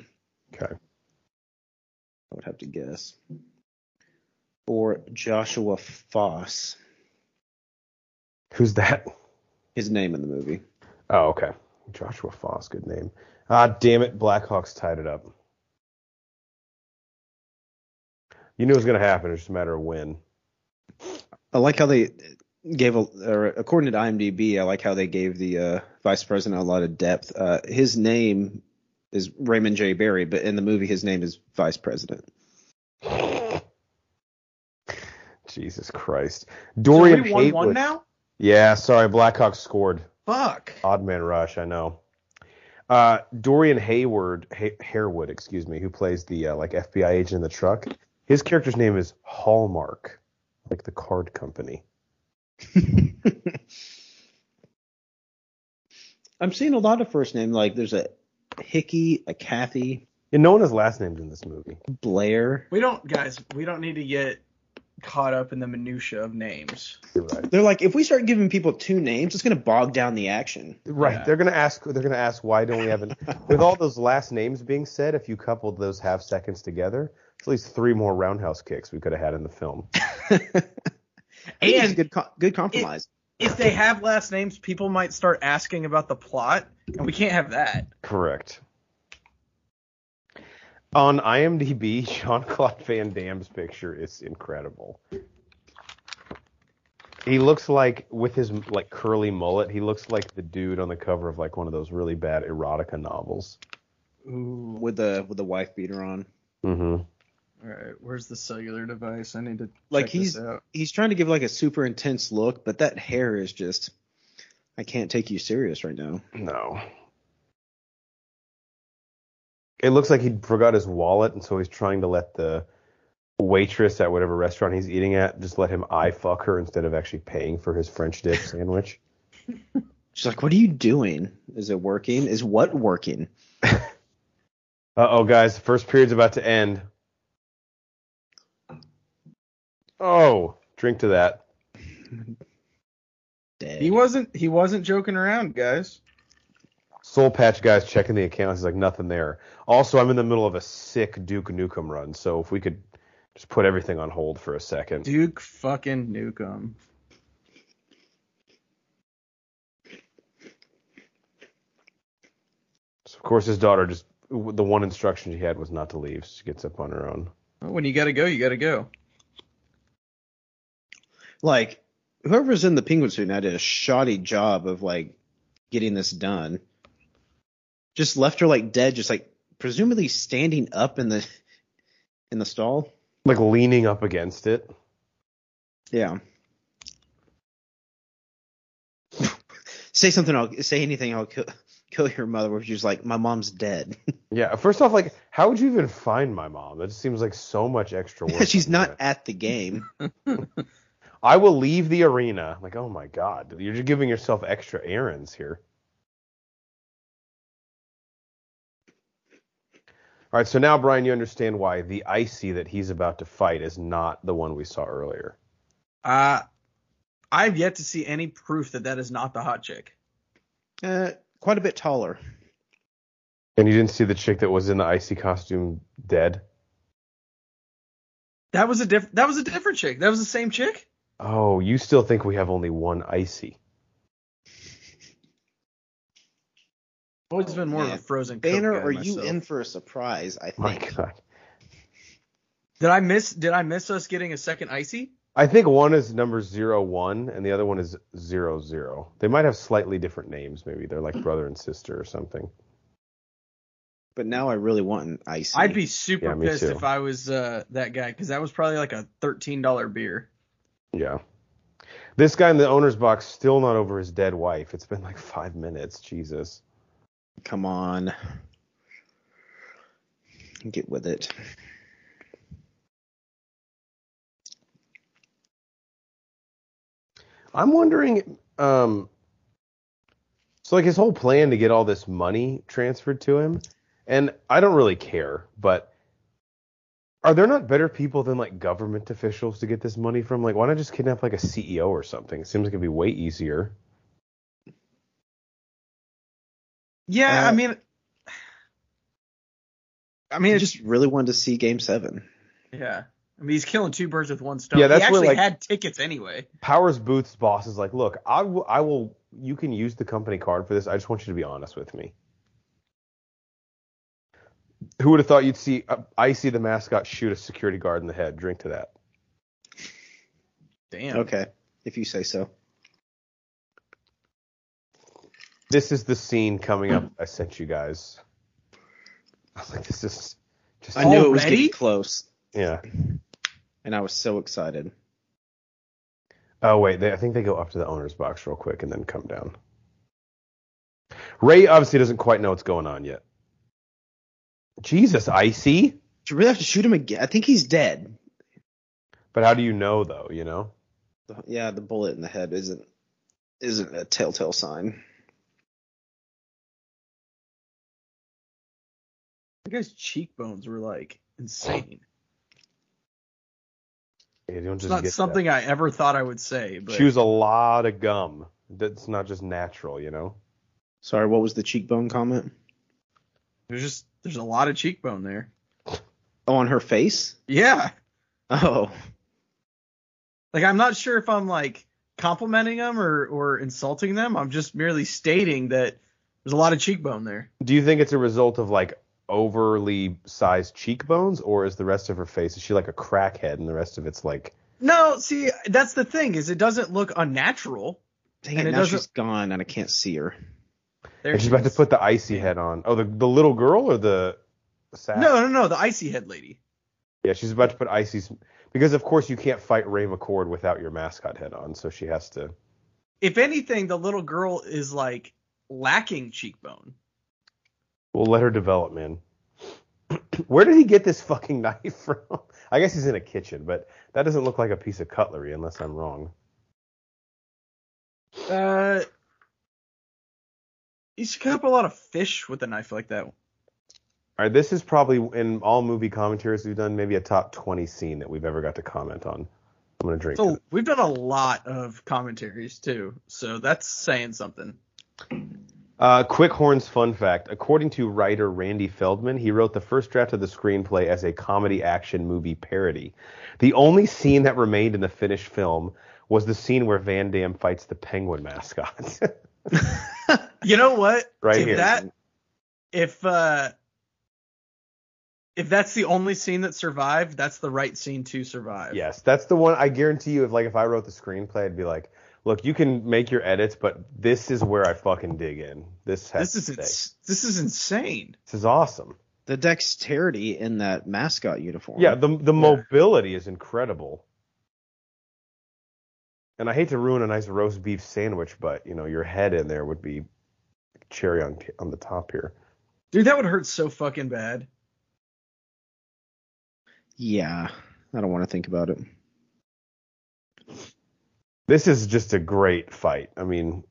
Okay.
I would have to guess. Or Joshua Foss,
Who's that?
his name in the movie.
Oh, okay. Joshua Foss, good name. Ah, damn it, Blackhawks tied it up. You knew it was gonna happen. It's just a matter of when.
I like how they gave a, or according to IMDb, I like how they gave the uh, vice president a lot of depth. Uh, his name is Raymond J. Barry, but in the movie, his name is vice president.
Jesus Christ.
So
Dorian
we won
Haywood-
one now?
Yeah, sorry, Blackhawks scored.
Fuck.
Odd man rush, I know. Uh, Dorian Hayward, Ha- Harewood, excuse me, who plays the uh, like FBI agent in the truck. His character's name is Hallmark, like the card company.
I'm seeing a lot of first name. Like there's a Hickey, a Kathy,
And no one has last names in this movie.
Blair.
We don't, guys. We don't need to get caught up in the minutia of names.
You're right.
They're like, if we start giving people two names, it's gonna bog down the action.
Right.
Yeah.
They're gonna ask. They're gonna ask why don't we have an? With all those last names being said, if you coupled those half seconds together, it's at least three more roundhouse kicks we could have had in the film.
It's a
And
good, co- good compromise.
if they have last names, people might start asking about the plot, and we can't have that.
Correct. On IMDb, Jean Claude Van Damme's picture is incredible. He looks like with his like curly mullet, he looks like the dude on the cover of like one of those really bad erotica novels.
Ooh.
with the with the wife beater on.
Mm-hmm.
All right. Where's the cellular device? I need to
Like,
check
he's-
this out.
He's trying to give like a super intense look, but that hair is just I can't take you serious right now.
No. It looks like he forgot his wallet, and so he's trying to let the waitress at whatever restaurant he's eating at just let him eye fuck her instead of actually paying for his French dip sandwich.
She's like, "What are you doing? Is it working? Is what working?"
Uh oh, guys, the first period's about to end. Oh, drink to that.
Dang.
He wasn't. He wasn't joking around, guys.
Soul Patch guy's checking the accounts. He's like, nothing there. Also, I'm in the middle of a sick Duke Nukem run, so if we could Just put everything on hold for a second.
Duke fucking Nukem.
So of course, his daughter just the one instruction she had was not to leave. She gets up on her own.
Well, when you gotta go, you gotta go.
Like whoever's in the penguin suit now did a shoddy job of like getting this done. Just left her like dead, just like presumably standing up in the in the stall.
Like leaning up against it.
Yeah. say something. I'll say anything. I'll kill, kill your mother. Where she's like, my mom's dead.
Yeah. First off, like, how would you even find my mom? That just seems like so much extra work.
she's
on
not
that.
at the game.
I will leave the arena. Like, oh my god, you're just giving yourself extra errands here. All right, so now Brian, you understand why the icy that he's about to fight is not the one we saw earlier.
Uh, I've yet to see any proof that that is not the hot chick.
Uh, quite a bit taller.
And you didn't see the chick that was in the icy costume dead.
That was a diff- That was a different chick. That was the same chick.
Oh, you still think we have only one icy?
Always been more
man.
of a frozen Coke
Banner,
guy
are you
myself.
in for a surprise? I
My
think.
god.
Did I miss? Did I miss us getting a second icy?
I think one is number zero one and the other one is zero zero. They might have slightly different names, maybe they're like brother and sister or something.
But now I really want an icy.
I'd be super
Yeah, me
pissed
too.
if I was uh, that guy because that was probably like a thirteen dollar beer.
Yeah. This guy in the owner's box still not over his dead wife. It's been like five minutes. Jesus.
Come on. Get with it.
I'm wondering, um, so like his whole plan to get all this money transferred to him, and I don't really care, but are there not better people than like government officials to get this money from? Like, why not just kidnap like a CEO or something? It seems like it'd be way easier.
Yeah,
Uh,
I mean, I mean,
I
it's
just really wanted to see Game Seven.
yeah. I mean, he's killing two birds with one stone.
Yeah, that's
he
where,
actually
like-
had tickets anyway.
Powers Booth's boss is like, look, I will, I will, you can use the company card for this. I just want you to be honest with me. Who would have thought you'd see uh, Icy the mascot shoot a security guard in the head? Drink to that.
Damn.
Okay, if you say so.
This is the scene coming up. I sent you guys. I was like, this is just
I knew it was
Already?
getting close,
yeah.
and I was so excited.
Oh wait, they, I think they go up to the owner's box real quick and then come down. Ray obviously doesn't quite know what's going on yet. Jesus, Icy.
Do you really have to shoot him again? I think he's dead.
But how do you know though? You know.
The- Yeah, the bullet in the head isn't isn't a telltale sign.
That guy's cheekbones were like
Oh.
insane.
Yeah, don't
It's
just
not
get
something I ever thought I would say,
That.
but
Chews a lot of gum. That's not just natural, you know.
Sorry, what was the cheekbone comment?
there's just there's a lot of cheekbone there.
Oh, on her face?
Yeah.
Oh,
Like I'm not sure if I'm like complimenting them or or insulting them. I'm just merely stating that there's a lot of cheekbone there.
Do you think it's a result of like overly sized cheekbones, or is the rest of her face is she like a crackhead and the rest of it's like?
No, see, that's the thing is it doesn't look unnatural.
dang
And
it!
it
Now
doesn't-
she's gone, and I can't see her.
There
And she's
she
about to
is.
put the icy head on. Oh, the the little girl or the. Sack?
No, no, no, the icy head lady.
Yeah, she's about to put icy's because of course you can't fight Ray McCord without your mascot head on, so she has to.
If anything, the little girl is like lacking cheekbone.
We'll let her develop, man. Where did he get this fucking knife from? I guess he's in a kitchen, but that doesn't look like a piece of cutlery unless I'm wrong.
Uh you should cut up a lot of fish with a knife like that.
All right, this is probably in all movie commentaries we've done, maybe a top 20 scene that we've ever got to comment on. I'm gonna drink. to
So we've done a lot of commentaries too, so that's saying something.
Uh, quick horns fun fact. According to writer Randy Feldman, he wrote the first draft of the screenplay as a comedy action movie parody. The only scene that remained in the finished film was the scene where Van Damme fights the penguin mascot.
You know what?
right
if
here.
that if uh if that's the only scene that survived, that's the right scene to survive.
Yes, that's the one I guarantee you if like if I wrote the screenplay, I'd be like, look, you can make your edits, but this is where I fucking dig in. This has
This is
to stay.
ins- this is insane.
This is awesome.
The dexterity in that mascot uniform.
Yeah, the the mobility is incredible. And I hate to ruin a nice roast beef sandwich, but you know, your head in there would be cherry on on the top here.
Dude, that would hurt so fucking bad.
yeah. I don't want to think about it.
This is just a great fight. I mean,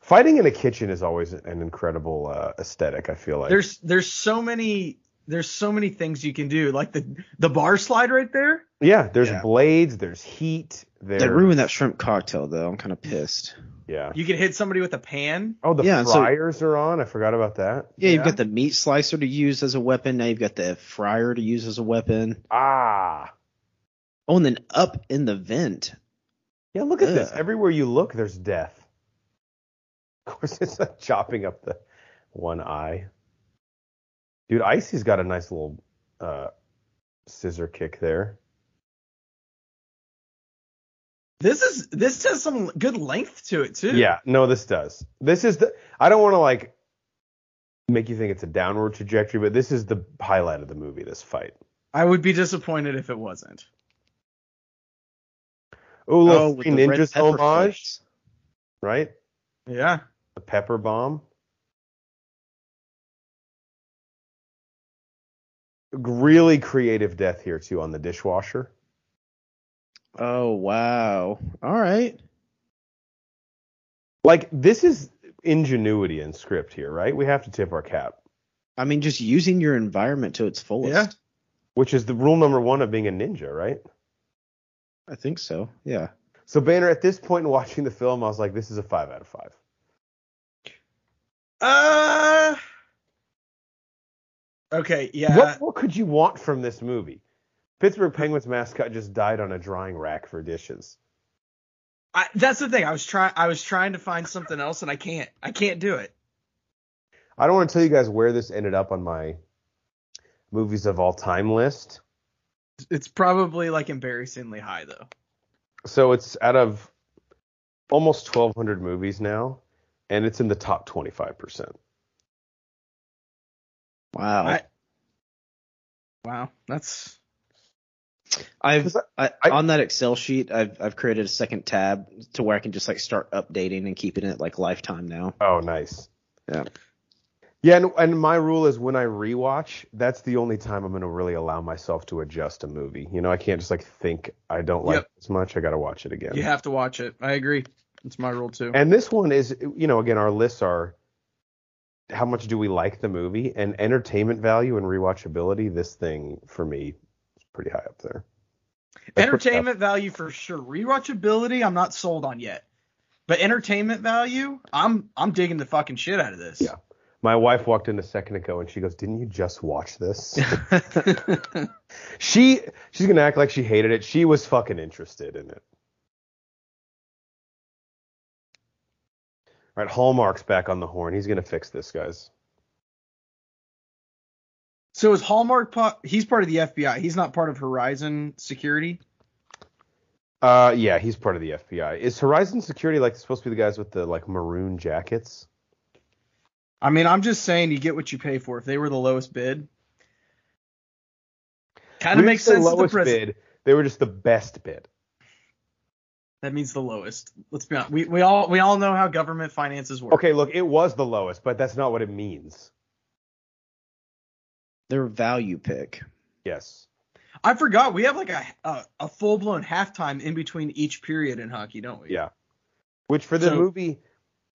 fighting in a kitchen is always an incredible uh, aesthetic. I feel like
There's there's so many there's so many things you can do. Like the the bar slide right there.
Yeah, there's
Yeah.
blades, there's heat, there's
They ruined that shrimp cocktail though. I'm kind of pissed.
yeah.
You can hit somebody with a pan.
Oh, the
Yeah, and so-
fryers are on. I forgot about that.
Yeah, you've
Yeah.
got the meat slicer to use as a weapon. Now you've got the fryer to use as a weapon.
Ah,
Oh, and then up in the vent.
yeah. Look at this.
Ugh.
Everywhere you look, there's death. Of course, it's not chopping up the one eye. Dude, Icy's got a nice little uh, scissor kick there.
This is this has some good length to it too.
Yeah, no, this does. This is the. I don't want to like make you think it's a downward trajectory, but this is the highlight of the movie. This fight.
I would be disappointed if it wasn't.
Ooh,
Oh,
look,
with
Three
the red
ninjas
pepper
homage,
flakes.
right?
Yeah.
The pepper bomb. Really creative death here too on the dishwasher.
Oh wow. All right.
Like this is ingenuity in script here, right? We have to tip our cap,
I mean, just using your environment to its fullest.
Yeah.
which is the rule number one of being a ninja, right?
I think so. Yeah.
So Banner, at this point in watching the film, I was like, this is a five out of five.
Uh Okay, yeah.
what what could you want from this movie? Pittsburgh Penguins mascot just died on a drying rack for dishes.
I, that's the thing. I was trying. I was trying to find something else, and I can't. I can't do it.
I don't want to tell you guys where this ended up on my movies of all time list.
It's probably like embarrassingly high, though.
So it's out of almost 1,200 movies now, and it's in the top 25%.
Wow.
I- Wow, that's
I've
'Cause
I,
I-
on that Excel sheet, I've I've created a second tab to where I can just like start updating and keeping it like lifetime now.
Oh, nice.
Yeah.
Yeah, and, and my rule is when I rewatch, that's the only time I'm going to really allow myself to adjust a movie. You know, I can't just like think I don't like
Yep.
this much. I got to watch it again.
you have to watch it. I agree. It's my rule too.
And this one is, you know, again, our lists are how much do we like the movie and entertainment value and rewatchability. This thing for me is pretty high up there. That's pretty high up
entertainment value for sure. Rewatchability, I'm not sold on yet. But entertainment value, I'm I'm digging the fucking shit out of this.
Yeah. My wife walked in a second ago and she goes, "Didn't you just watch this?" she she's gonna act like she hated it. She was fucking interested in it. All right, Hallmark's back on the horn. He's gonna fix this, guys.
So is Hallmark? Po- he's part of the FBI. He's not part of Horizon Security.
Uh, yeah, he's part of the FBI. Is Horizon Security like supposed to be the guys with the like maroon jackets?
I mean, I'm just saying you get what you pay for. If they were the lowest bid, kind of
We
makes
were the
sense. at the
Lowest
present.
bid. They were just the best bid.
That means the lowest. Let's be honest. We we all we all know how government finances work.
Okay, look, it was the lowest, but that's not what it means.
Their value pick.
Yes.
I forgot we have like a a, a full blown halftime in between each period in hockey, don't we?
Yeah. Which for the
So-
movie,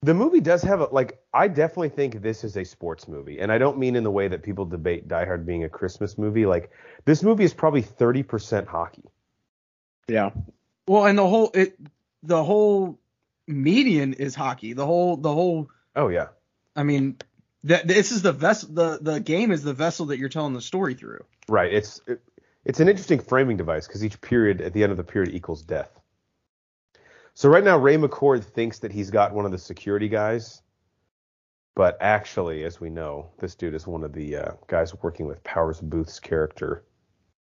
the movie does have a like. I definitely think this is a sports movie, and I don't mean in the way that people debate Die Hard being a Christmas movie. Like this movie is probably thirty percent hockey.
Yeah.
Well, and the whole it the whole median is hockey. The whole the whole
Oh yeah.
I mean, that this is the vessel. The the game is the vessel that you're telling the story through.
Right. It's it, it's an interesting framing device because each period at the end of the period equals death. So right now Ray McCord thinks that he's got one of the security guys, but actually, as we know, this dude is one of the uh, guys working with Powers Booth's character,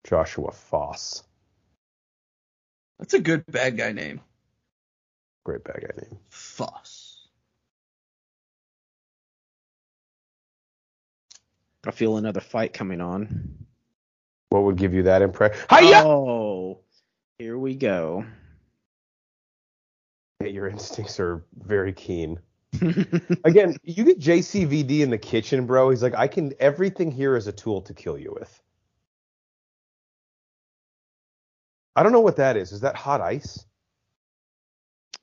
Joshua Foss.
That's a good bad guy name.
Great bad guy name.
Foss.
I feel another fight coming on.
What would give you that impression? Hiya!
Oh, here we go.
Yeah, your instincts are very keen. Again, you get JCVD in the kitchen, bro. He's like, I can. Everything here is a tool to kill you with. I don't know what that is. Is that hot ice?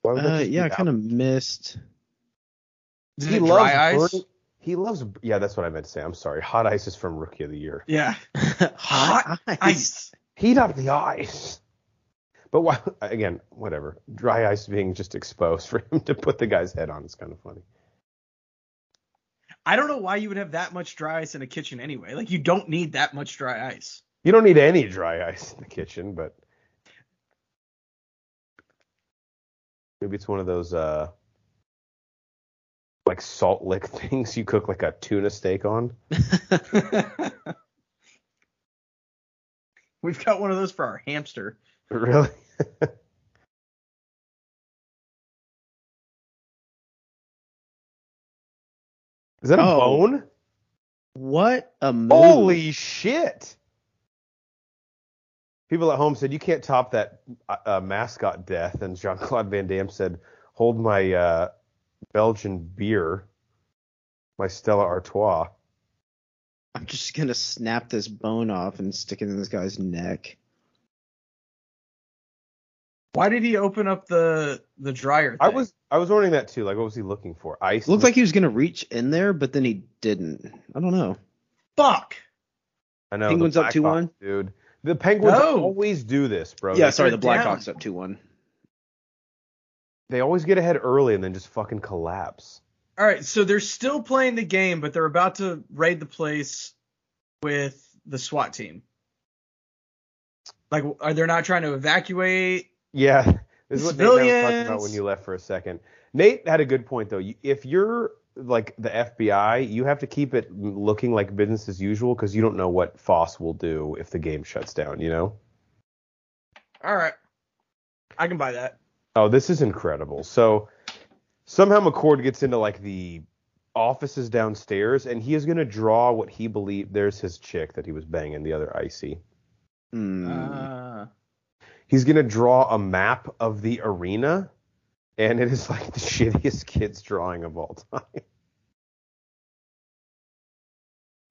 Why would that
Uh,
just be
yeah, I
out?
kind of missed.
Is
He
it
loves
dry ice?
burning- He loves. Yeah, that's what I meant to say. I'm sorry. Hot ice is from Rookie of the Year.
Yeah,
Hot
ice.
Heat up the ice. But why, again, whatever. Dry ice being just exposed for him to put the guy's head on is kind of funny.
I don't know why you would have that much dry ice in a kitchen anyway. Like you don't need that much dry ice.
You don't need any dry ice in the kitchen, but maybe it's one of those uh like salt lick things you cook like a tuna steak on.
We've got one of those for our hamster.
Really? Is that a
Oh.
bone?
What a move.
Holy shit! People at home said you can't top that uh, uh, mascot death, and Jean Claude Van Damme said, "Hold my uh, Belgian beer, my Stella Artois."
I'm just gonna snap this bone off and stick it in this guy's neck.
Why did he open up the the dryer? Thing?
I was I was wondering that too. Like, what was he looking for? Ice.
It looked like he was gonna reach in there, but then he didn't. I don't know.
fuck.
I know the
Penguins up
Black
2-1?
Hawks, dude. The Penguins
No.
always do this, bro.
yeah,
They-
sorry, the
they're down.
Blackhawks up two one.
They always get ahead early and then just fucking collapse.
All right, so they're still playing the game, but they're about to raid the place with the SWAT team. Like, are they not trying to evacuate?
Yeah, this is what Nate and I were talking about
Civilians.
when you left for a second. Nate had a good point though. You- If you're like the FBI, you have to keep it m- looking like business as usual because you don't know what Foss will do if the game shuts down. You know?
All right, I can buy that.
Oh, this is incredible. So somehow McCord gets into like the offices downstairs, and he is going to draw what he believed. There's his chick that he was banging, the other icy. Hmm.
Mm.
Uh,
He's going to draw a map of the arena, and it is like the shittiest kid's drawing of all time.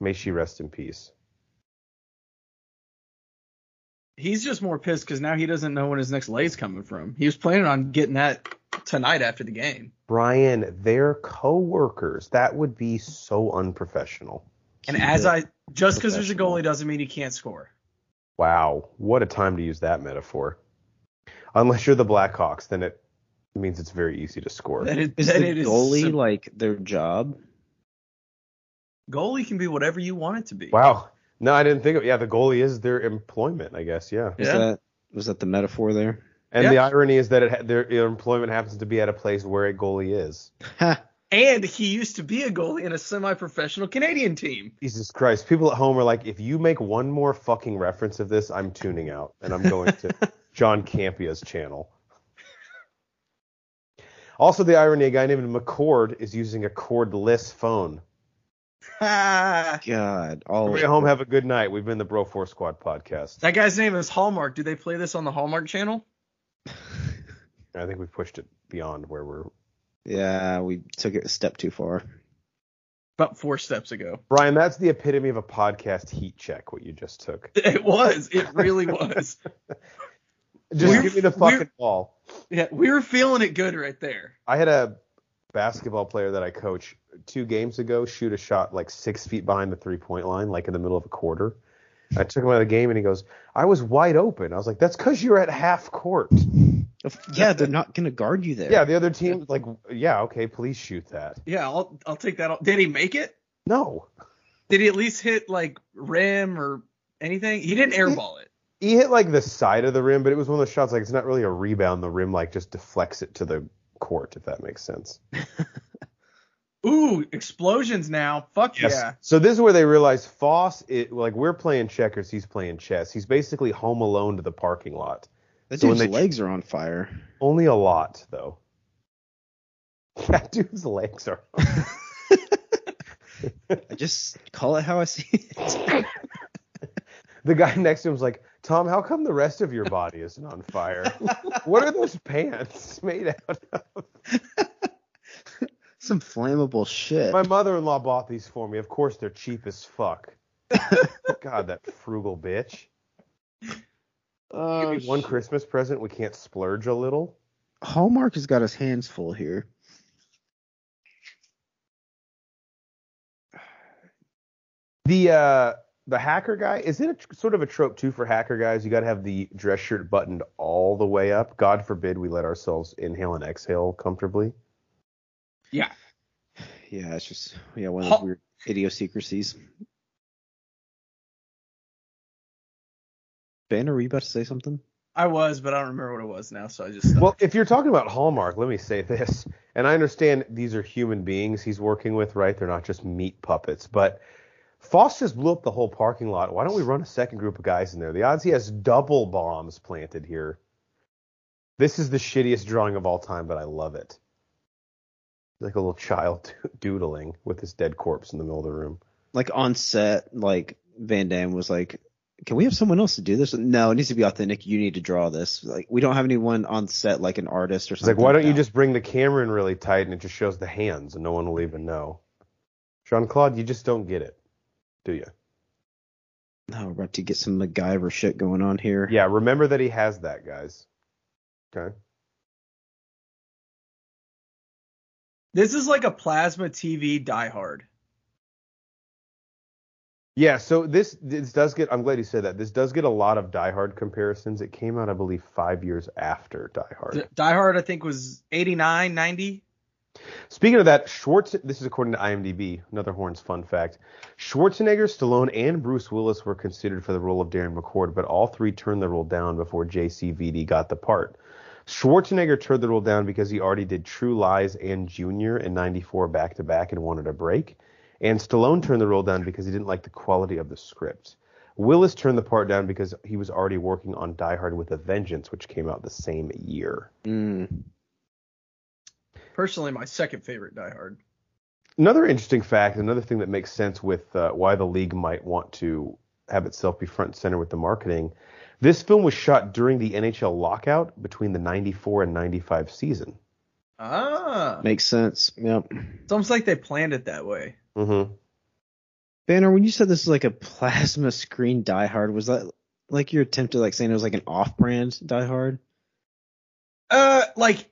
May she rest in peace.
he's just more pissed because now he doesn't know when his next lay's coming from. He was planning on getting that tonight after the game.
Brian, they're coworkers. That would be so unprofessional.
And
Keep
as
it.
I just because there's a
professional.
goalie doesn't mean he can't score.
Wow, what a time to use that metaphor. Unless you're the Blackhawks, then it means it's very easy to score.
That it,
is
that
the
it is
goalie
sim-
like their job?
goalie can be whatever you want it to be.
Wow. No, I didn't think of Yeah, the goalie is their employment, I guess. Yeah.
Was
Yeah.
that was that the metaphor there?
And
Yeah.
the irony is that it, ha- their, their employment happens to be at a place where a goalie is.
Ha.
And he used to be a goalie in a semi-professional Canadian team.
Jesus Christ. People at home are like, if you make one more fucking reference of this, I'm tuning out and I'm going to John Campia's channel. Also, the irony a guy named McCord is using a cordless phone.
Ah.
God, all
Everybody at home, have a good night. We've been the Bro Four Squad podcast.
That guy's name is Hallmark. Do they play this on the Hallmark Channel?
I think we've pushed it beyond where we're.
yeah, we took it a step too far.
About four steps ago.
Brian, that's the epitome of a podcast heat check, what you just took.
It was. It really was.
Just
We're-
give me the fucking
we're-
ball.
yeah, we were feeling it good right there.
I had a basketball player that I coach two games ago shoot a shot like six feet behind the three point line, like in the middle of a quarter. I took him out of the game and he goes, I was wide open. I was like, That's because you're at half court.
Yeah, they're not gonna guard you there.
Yeah, the other team like yeah, okay, please shoot that.
Yeah, I'll I'll take that. Did he make it?
No.
Did he at least hit like rim or anything? He didn't airball it.
He hit like the side of the rim, but it was one of those shots like it's not really a rebound. The rim like just deflects it to the court, if that makes sense.
Ooh, explosions now. Fuck yeah.
So this is where they realize Foss it like we're playing checkers, he's playing chess. He's basically home alone to the parking lot.
That
So when
dude's
they-
legs are on fire.
Only a lot though. That dude's legs are
I just call it how I see it.
The guy next to him's like, Tom, how come the rest of your body isn't on fire? what are those pants made out of?
Some flammable shit.
My mother in law bought these for me. Of course, they're cheap as fuck. God, that frugal bitch.
Uh,
Give me one Christmas present. We can't splurge a little.
Hallmark has got his hands full here.
The uh, the hacker guy is it a, tr- sort of a trope too for hacker guys? You got to have the dress shirt buttoned all the way up. God forbid we let ourselves inhale and exhale comfortably.
Yeah, it's just yeah one of
Ho-
those weird idiosyncrasies. Ben, are you about to say something?
I was, but I don't remember what it was now, so I just stopped.
Well, if you're talking about Hallmark, let me say this, and I understand these are human beings he's working with, right? They're not just meat puppets, but Foss just blew up the whole parking lot. Why don't we run a second group of guys in there? The odds he has double bombs planted here. This is the shittiest drawing of all time, but I love it. Like a little child doodling with his dead corpse in the middle of the room.
Like on set, like Van Damme was like, "Can we have someone else to do this?" No, it needs to be authentic. You need to draw this. Like we don't have anyone on set, like an artist or
It's
something.
like, why don't you
No.
just bring the camera in really tight and it just shows the hands and no one will even know? Jean Claude, you just don't get it, do you?
No, we're about to get some MacGyver shit going on here.
Yeah, remember that he has that, guys. Okay.
this is like a plasma TV Die Hard.
Yeah, so this this does get. I'm glad you said that. This does get a lot of Die Hard comparisons. It came out, I believe, five years after Die Hard.
D- Die Hard I think was 89, 90.
Speaking of that, Schwartz. This is according to IMDb. Another Horns fun fact: Schwarzenegger, Stallone, and Bruce Willis were considered for the role of Darren McCord, but all three turned the role down before JCVD got the part. Schwarzenegger turned the role down because he already did True Lies and Junior in '94 back to back and wanted a break. And Stallone turned the role down because he didn't like the quality of the script. Willis turned the part down because he was already working on Die Hard with a Vengeance, which came out the same year.
Mm.
Personally, my second favorite Die Hard.
Another interesting fact, another thing that makes sense with uh, why the league might want to have itself be front and center with the marketing. This film was shot during the NHL lockout between the 94 and 95 season.
Ah.
Makes sense. Yep.
It's almost like they planned it that way.
Mm-hmm.
Banner, when you said this is like a plasma screen Die Hard, was that like your attempt to like saying it was like an off-brand Die Hard?
Uh, like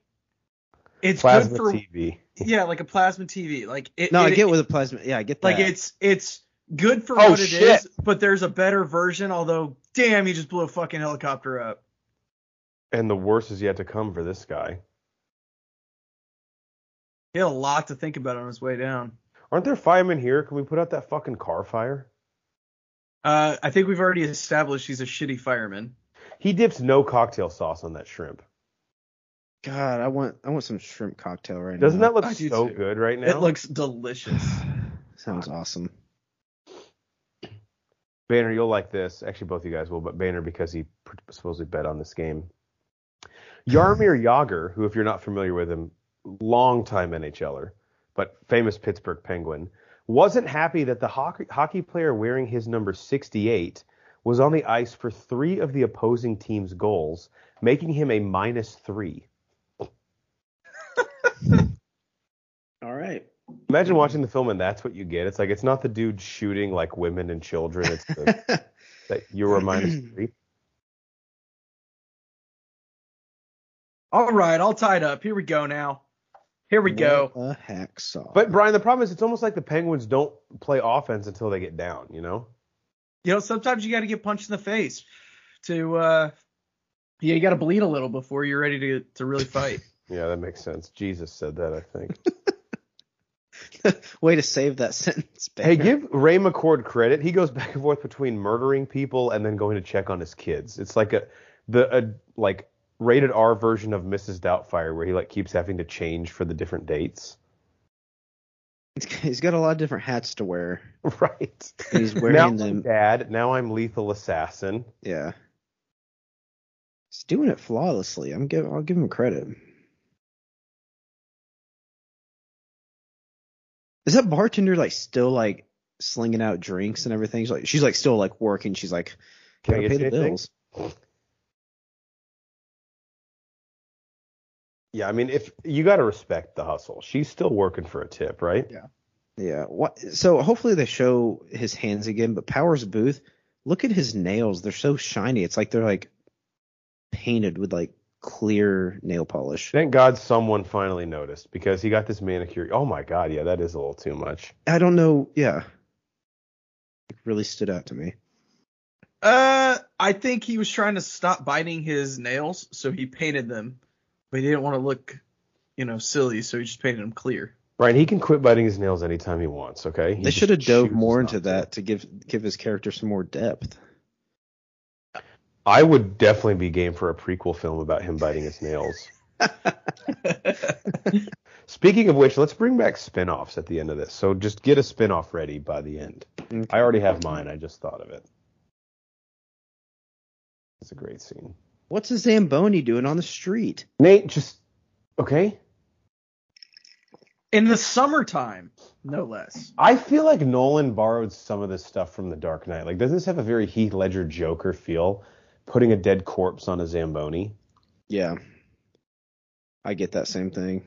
it's good
Plasma
for
TV.
yeah, like a plasma TV. Like it,
No,
it,
I get with a plasma. Yeah, I get that.
like it's it's good for
Oh,
what it is,
shit.
but there's a better version. Although, damn, you just blew a fucking helicopter up.
And the worst is yet to come for this guy.
He had a lot to think about on his way down.
Aren't there firemen here? Can we put out that fucking car fire?
Uh, I think we've already established he's a shitty fireman.
He dips no cocktail sauce on that shrimp.
God, I want I want some shrimp cocktail right
Doesn't
now.
that look
Mm-hmm. I do
so
too.
good right now?
It looks delicious.
sounds awesome?
Banner, you'll like this. Actually, both you guys will, but Banner because he pr- supposedly bet on this game. Yarmir Yager, who, if you're not familiar with him, longtime NHLer, er, but famous Pittsburgh Penguin, wasn't happy that the hockey, hockey player wearing his number 68 was on the ice for three of the opposing team's goals, making him a minus three.
All right.
Imagine watching the film and that's what you get. It's like it's not the dude shooting like women and children. It's the, that you were a minus three.
All right, all tied up. Here we go now. Here we go.
A hacksaw.
But Brian, the problem is it's almost like the Penguins don't play offense until they get down. You know,
You know, sometimes you got to get punched in the face to uh, Yeah, you got to bleed a little before you're ready to to really fight.
Yeah, that makes sense. Jesus said that, I think.
Way to save that sentence. Bear.
hey, give Ray McCord credit. He goes back and forth between murdering people and then going to check on his kids. It's like a the a, like rated R version of Mrs. Doubtfire, where he like keeps having to change for the different dates.
He's got a lot of different hats to wear.
Right.
and He's wearing
now I'm
them.
dad. Now I'm lethal assassin.
Yeah. He's doing it flawlessly. I'm give. I'll give him credit. Is that bartender like still like slinging out drinks and everything? She's like she's like still like working. She's like
Can I get
gotta pay
you
the
anything?
bills.
Yeah, I mean, if you got to respect the hustle, she's still working for a tip, right?
Yeah. What? So hopefully they show his hands again. But Powers Booth, look at his nails. They're so shiny. It's like they're like painted with like clear nail polish.
Thank God someone finally noticed because he got this manicure. Oh my God, yeah, that is a little too much.
I don't know. Yeah. It really stood out to me.
Uh, I think he was trying to stop biting his nails, so he painted them, but he didn't want to look, you know, silly, so he just painted them clear.
Brian, he can quit biting his nails anytime he wants. Okay. He
they
just
should have dove
chooses
more
not
into
to.
that to give give his character some more depth.
I would definitely be game for a prequel film about him biting his nails. Speaking of which, let's bring back spin-offs at the end of this. So just get a spin-off ready by the end.
Okay.
I already have mine. I just thought of it. It's a great scene.
What's a Zamboni doing on the street?
Nate, just okay.
In the summertime, no less.
I feel like Nolan borrowed some of this stuff from The Dark Knight. Like, does this have a very Heath Ledger Joker feel? Putting a dead corpse on a Zamboni.
Yeah. I get that same thing.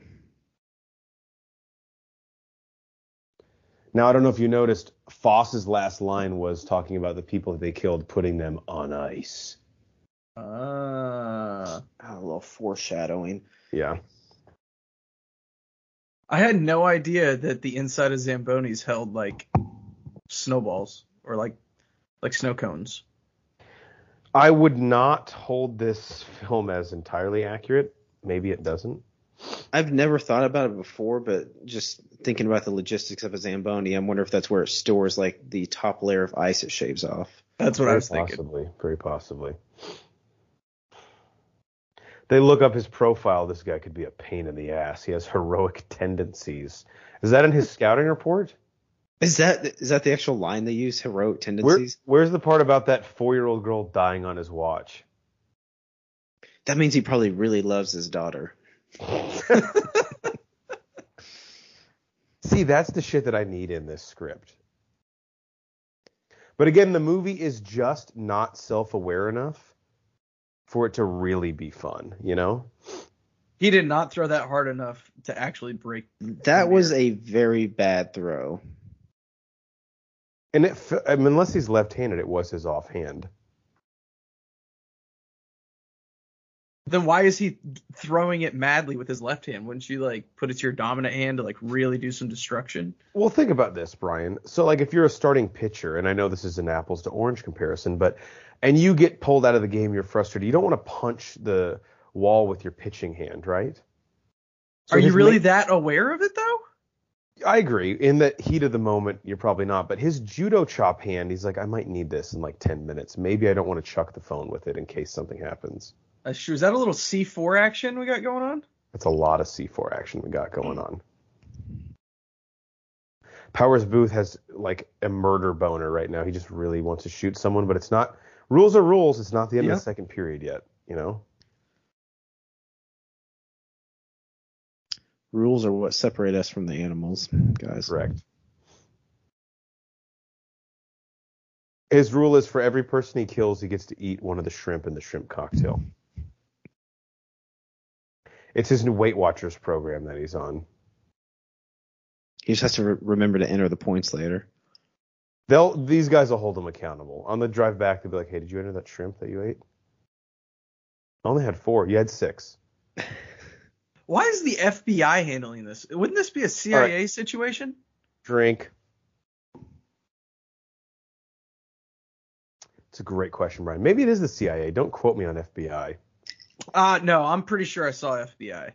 Now, I don't know if you noticed, Foss's last line was talking about the people that they killed, putting them on ice.
Uh,
Ah, a little foreshadowing.
Yeah.
I had no idea that the inside of Zambonis held like snowballs or like like snow cones.
I would not hold this film as entirely accurate. Maybe it doesn't.
I've never thought about it before, but just thinking about the logistics of a Zamboni, I wonder if that's where it stores like the top layer of ice it shaves off.
That's what I
Very
was thinking.
Possibly, very possibly. They look up his profile. This guy could be a pain in the ass. He has heroic tendencies. Is that in his scouting report?
Is that is that the actual line they use? Heroic
Where,
tendencies?
where's the part about that four-year-old girl dying on his watch?
That means he probably really loves his daughter.
See, that's the shit that I need in this script. But again, the movie is just not self-aware enough for it to really be fun, you know?
He did not throw that hard enough to actually break.
That was a very bad throw.
And it, fe- I mean, unless he's left-handed, it was his offhand.
Then why is he throwing it madly with his left hand? Wouldn't you like put it to your dominant hand to like really do some destruction?
Well, think about this, Brian. So, like, if you're a starting pitcher, and I know this is an apples to orange comparison, but and you get pulled out of the game, you're frustrated. You don't want to punch the wall with your pitching hand, right? So
Are you
his
really
ma-
that aware of it though?
I agree. In the heat of the moment, you're probably not. But his judo chop hand, he's like, I might need this in like 10 minutes. Maybe I don't want to chuck the phone with it in case something happens.
Uh, shoot, is that a little C4 action we got going on?
That's a lot of C4 action we got going on. Powers Booth has like a murder boner right now. He just really wants to shoot someone, but it's not rules are rules. It's not the end
Yeah.
of the second period yet, you know.
Rules are what separate us from the animals, guys.
Correct. His rule is for every person he kills, he gets to eat one of the shrimp in the shrimp cocktail. It's his new Weight Watchers program that he's on.
He just has to re- remember to enter the points later.
They'll these guys will hold him accountable. On the drive back, they'll be like, "Hey, did you enter that shrimp that you ate? I only had four. You had six.
Why is the FBI handling this? Wouldn't this be a CIA situation?
Drink." It's a great question, Brian. Maybe it is the CIA. Don't quote me on FBI.
Uh no, I'm pretty sure I saw FBI.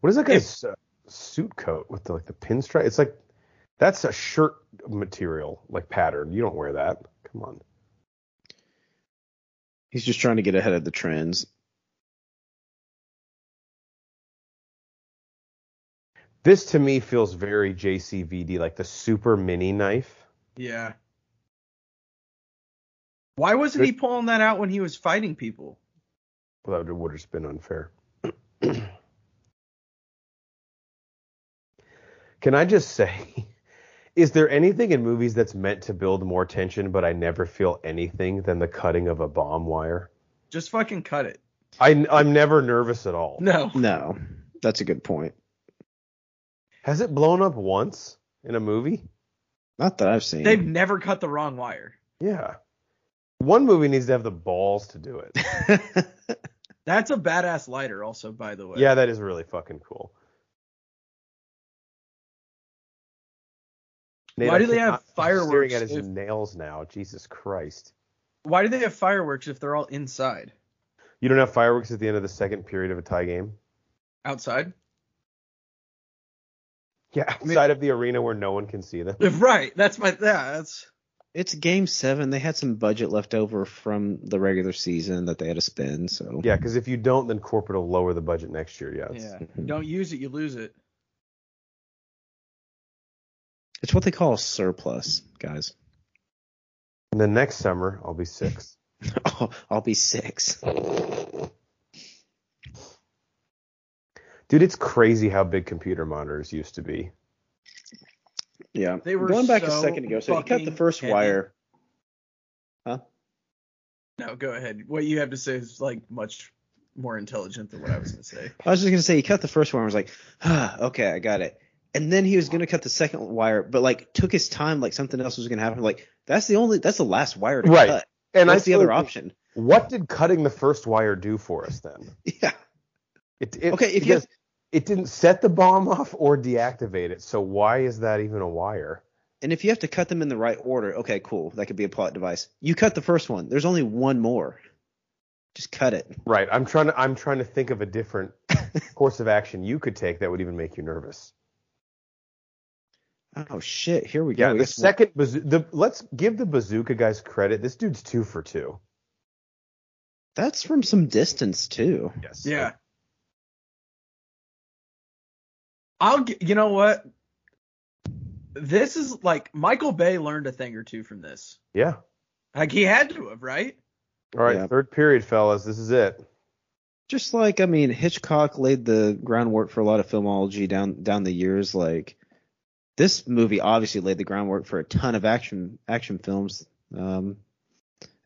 What is that guy's uh, suit coat with the, like the pinstripe? It's like that's a shirt material, like pattern. You don't wear that. Come on.
He's just trying to get ahead of the trends.
This to me feels very JCVD, like the super mini knife.
Yeah. Why wasn't he pulling that out when he was fighting people?
Well, that would- would have just been unfair. Can I just say, is there anything in movies that's meant to build more tension, but I never feel anything than the cutting of a bomb wire?
Just fucking cut it.
I, I'm never nervous at all.
No.
No, that's a good point.
Has it blown up once in a movie?
Not that I've seen.
They've never cut the wrong wire.
Yeah. One movie needs to have the balls to do it.
That's a badass lighter also, by the way.
yeah, that is really fucking cool. Nate,
Why
I
do they
can't-
have
I'm Staring
fireworks
at his
if-
nails now. Jesus Christ.
Why do they have fireworks if they're all inside?
You don't have fireworks at the end of the second period of a tie game?
Outside?
Yeah,
mean-
outside of the arena where no one can see them.
Right. That's my yeah, that's
it's game seven. They had some budget left over from the regular season that they had to spend. So
Yeah, because if you don't, then corporate will lower the budget next year. Yeah. it's-
yeah. Don't use it, you lose it.
it's what they call a surplus, guys.
And then next summer, I'll be six.
Oh, I'll be six.
Dude, it's crazy how big computer monitors used to be.
Yeah,
They were
going back a
so
second ago. So he cut the
fucking
first
heavy.
wire.
No, go ahead. What you have to say is like much more intelligent than what I was gonna say.
I was just gonna say he cut the first wire. and was like, ah, okay, I got it. And then he was gonna cut the second wire, but like took his time, like something else was gonna happen. Like that's the only, that's the last wire to
Right.
cut.
And
that's the
still
other
think-
option.
What did cutting the first wire do for us then?
Yeah.
It, it,
Okay, if you
because it didn't set the bomb off or deactivate it, so why is that even a wire?
And if you have to cut them in the right order, okay, cool. That could be a plot device. You cut the first one. There's only one more. Just cut it.
Right. I'm trying to I'm trying to think of a different course of action you could take that would even make you nervous.
Oh shit! Here we go.
Yeah.
We
the
got some-
second bazoo- the let's give the bazooka guys credit. This dude's two for two.
that's from some distance too.
Yes.
Yeah. I'll g- you know what? This is like Michael Bay learned a thing or two from this.
Yeah.
Like he had to have, right?
All right.
Yeah.
Third period, fellas. This is it.
Just like I mean, Hitchcock laid the groundwork for a lot of filmology down down the years. Like this movie obviously laid the groundwork for a ton of action action films. Um,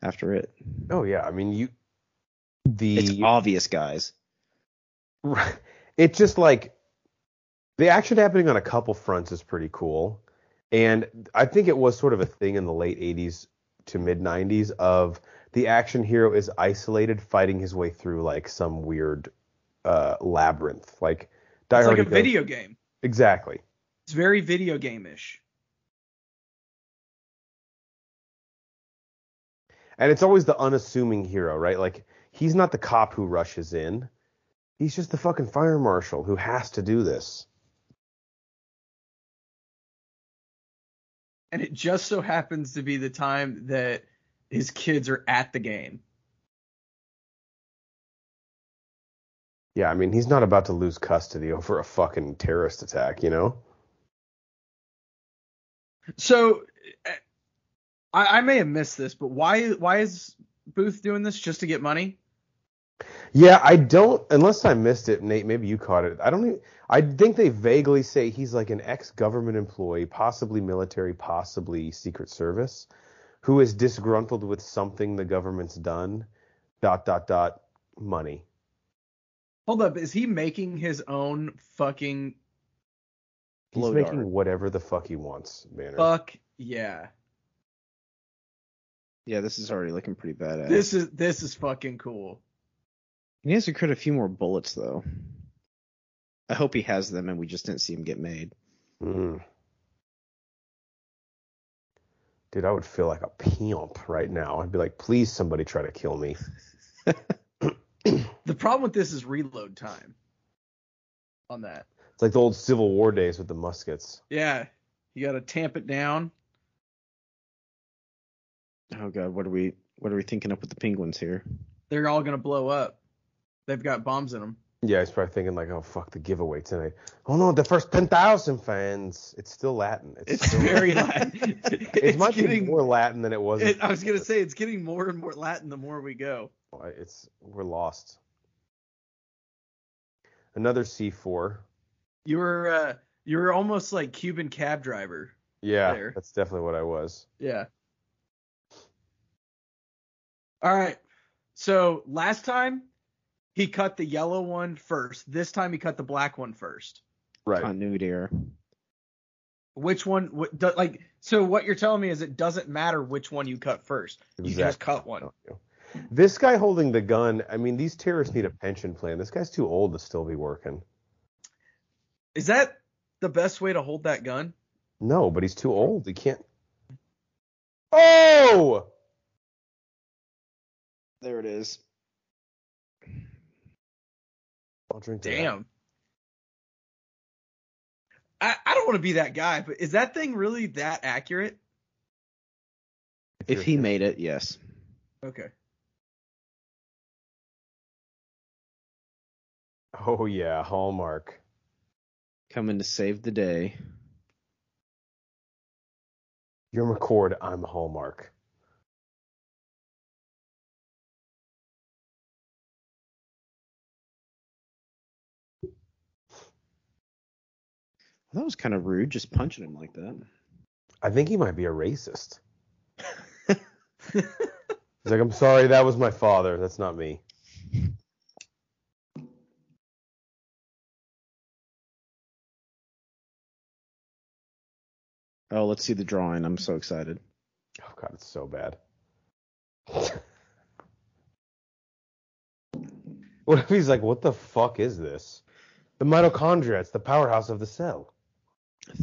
after it,
Oh yeah. I mean you. The
it's obvious, guys.
Right. It's just like the action happening on a couple fronts is pretty cool. And I think it was sort of a thing in the late 80s to mid 90s of the action hero is isolated fighting his way through like some weird uh, labyrinth. Like Die
It's
Hard
like a
goes-
video game.
Exactly.
It's very video game-ish.
And it's always the unassuming hero, right? Like he's not the cop who rushes in. He's just the fucking fire marshal who has to do this.
And it just so happens to be the time that his kids are at the game.
Yeah, I mean, he's not about to lose custody over a fucking terrorist attack, you know?
So eh, I, I may have missed this, but why why is Booth doing this just to get money?
Yeah, I don't. Unless I missed it, Nate. Maybe you caught it. I don't. Even, I think they vaguely say he's like an ex-government employee, possibly military, possibly Secret Service, who is disgruntled with something the government's done. Dot dot dot. Money.
Hold up, is he making his own fucking
He's
Blow
making
dart.
whatever the fuck he wants, Banner.
fuck? Yeah.
Yeah, this is already looking pretty badass.
This is this is fucking cool.
He needs to crit a few more bullets though. I hope he has
Mm-hmm.
them and we just didn't see him get made.
Mm. dude, I would feel like a pimp right now. I'd be like, please, somebody try to kill me.
The problem with this is reload time on that.
It's like the old Civil War days with the muskets.
Yeah, you got to tamp it down.
Oh god, what are we what are we thinking up with the penguins here?
They're all gonna blow up. They've got bombs in them.
Yeah, he's probably thinking like, oh fuck, the giveaway tonight. Oh no, the first ten thousand fans. It's still Latin. It's,
It's
still,
very Latin.
It might
getting-
be more Latin than it was.
It, I was gonna say it's getting more and more Latin the more we go.
it's we're lost. Another C4.
You were uh, you were almost like Cuban cab driver.
Yeah,
There.
that's definitely what I was.
Yeah. All right. So last time he cut the yellow one first. This time he cut the black one first.
Right.
Continuity error.
Which one? What, do, like, so what you're telling me is it doesn't matter which one you cut first. You just
Exactly.
cut one.
This guy holding the gun. I mean, these terrorists need a pension plan. This guy's too old to still be working.
Is that the best way to hold that gun?
No, but he's too old. He can't. Oh!
There it is.
I'll drink to that.
Damn. I, I don't want to be that guy, but is that thing really that accurate?
If he made it, yes.
Okay.
Oh yeah, Hallmark.
Coming to save the day.
You're McCord. I'm Hallmark.
That was kind of rude, just punching him like that.
I think he might be a racist. He's like, I'm sorry, that was my father. That's not me.
Oh, let's see the drawing. I'm so excited.
Oh god, it's so bad. what if he's like, what the fuck is this? The mitochondria, it's the powerhouse of the cell.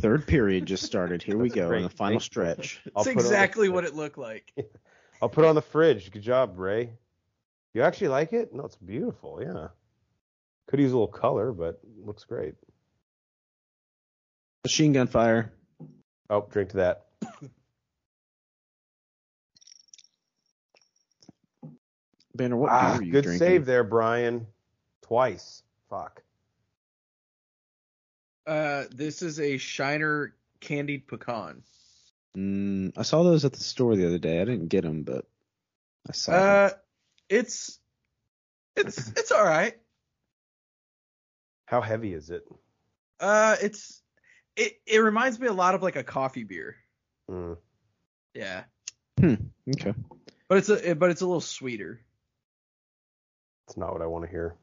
Third period just started. Here we
That's
go
great.
on the final
Thank you.
stretch.
That's
I'll put it on the
exactly
fridge.
what it looked like.
I'll put it on the fridge. Good job, Ray. You actually like it? No, it's beautiful. Yeah. Could use a little color, but looks great.
Machine gun fire.
Oh, drink to that.
Banner, what
Ah,
beer are you
good
drinking?
save there, Brian. Twice. Fuck.
Uh, this is a Shiner candied pecan.
Mm, I saw those at the store the other day. I didn't get them, but I saw them.
Uh, it's it's it's all right.
How heavy is it?
Uh, it's it it reminds me a lot of like a coffee beer.
Mm.
Yeah,
Okay.
but it's a but it's a little sweeter.
It's not what I want to hear.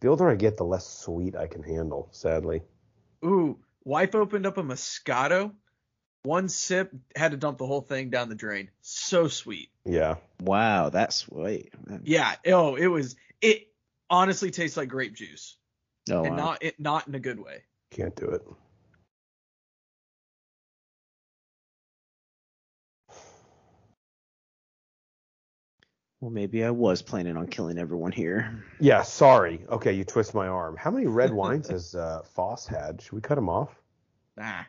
The older I get, the less sweet I can handle, sadly.
Ooh, wife opened up a Moscato. One sip had to dump the whole thing down the drain. So sweet.
Yeah.
Wow, that's wait.
Yeah. Oh, it was. It honestly tastes like grape juice,
Oh,
and
wow.
not it not in a good way.
Can't do it.
well, maybe I was planning on killing everyone here.
Yeah, sorry. Okay, you twist my arm. How many red wines has uh, Foss had? Should we cut him off?
Nah.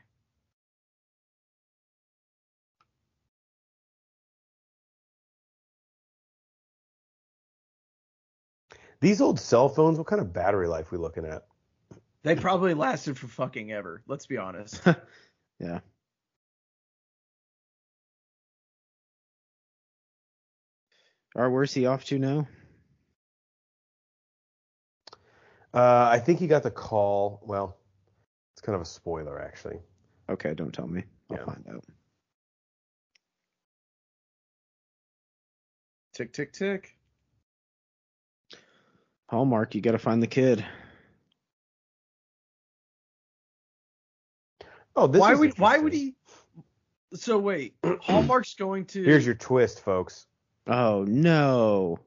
These old cell phones, what kind of battery life we looking at?
They probably lasted for fucking ever. Let's be honest.
Yeah. All right, where's he off to now?
Uh, I think he got the call. Well, it's kind of a spoiler, actually.
Okay, don't tell me. I'll
Yeah.
find out.
tick tick tick.
Hallmark, you got to find the kid.
Oh, this
why
is
would why would
interesting.
he? So wait, Hallmark's going to.
Here's your twist, folks.
Oh no.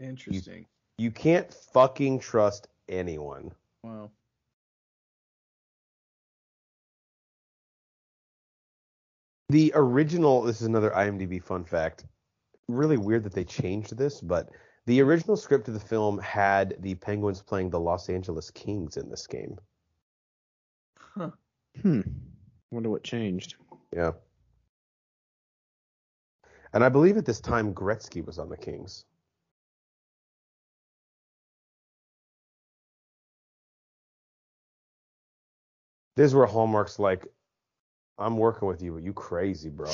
interesting.
You can't fucking trust anyone.
Wow.
The original, this is another IMDb fun fact. Really weird that they changed this, but the original script of the film had the Penguins playing the Los Angeles Kings in this game.
Huh.
Hmm. Wonder what changed.
Yeah. And I believe at this time Gretzky was on the Kings. This is where Hallmark's like, I'm working with you, but you crazy, bro.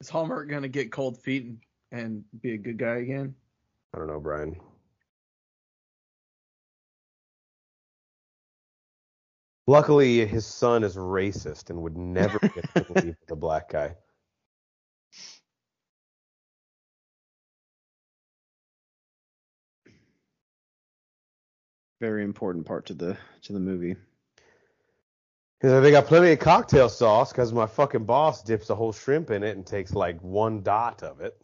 Is Hallmark gonna get cold feet and, and be a good guy again?
I don't know, Brian. Luckily, his son is racist and would never get to believe the black guy.
Very important part to the to the movie.
He's like, they got plenty of cocktail sauce because my fucking boss dips a whole shrimp in it and takes like one dot of it.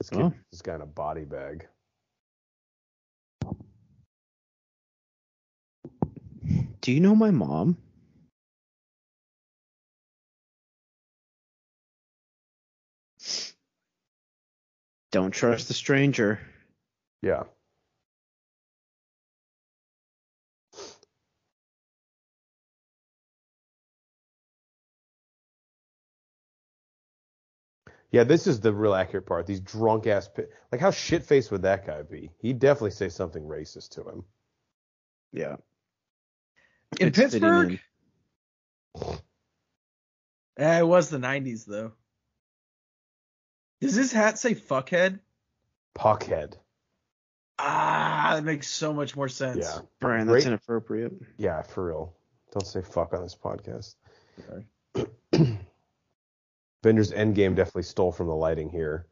This kid
Oh.
this guy in a body bag.
Do you know my mom? Don't trust the stranger.
Yeah. Yeah, this is the real accurate part. These drunk ass, pi- like how shit faced would that guy be? He'd definitely say something racist to him.
Yeah.
In
It's fitting
Pittsburgh?
in.
Eh, it was the nineties though. Does his hat say fuckhead?
Puckhead.
Ah, that makes so much more sense.
Yeah,
Brian, that's
Great.
inappropriate.
yeah, for real. Don't say fuck on this podcast.
Sorry.
Bender's Endgame definitely stole from the lighting here.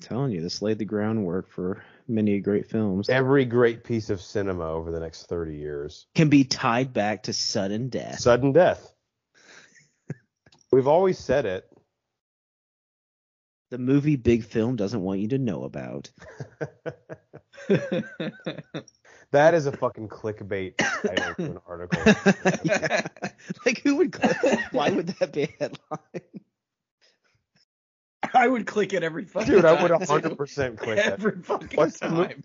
telling you, this laid the groundwork for many great films.
Every great piece of cinema over the next 30 years.
Can be tied back to sudden death.
Sudden death. We've always said it.
the movie Big Film doesn't want you to know about.
that is a fucking clickbait title to an article.
Yeah. Like who would? click- Why would that be a headline?
I would click it every fucking
Dude,
time.
I would
too.
100% click that.
every fucking
What's the mo-
time.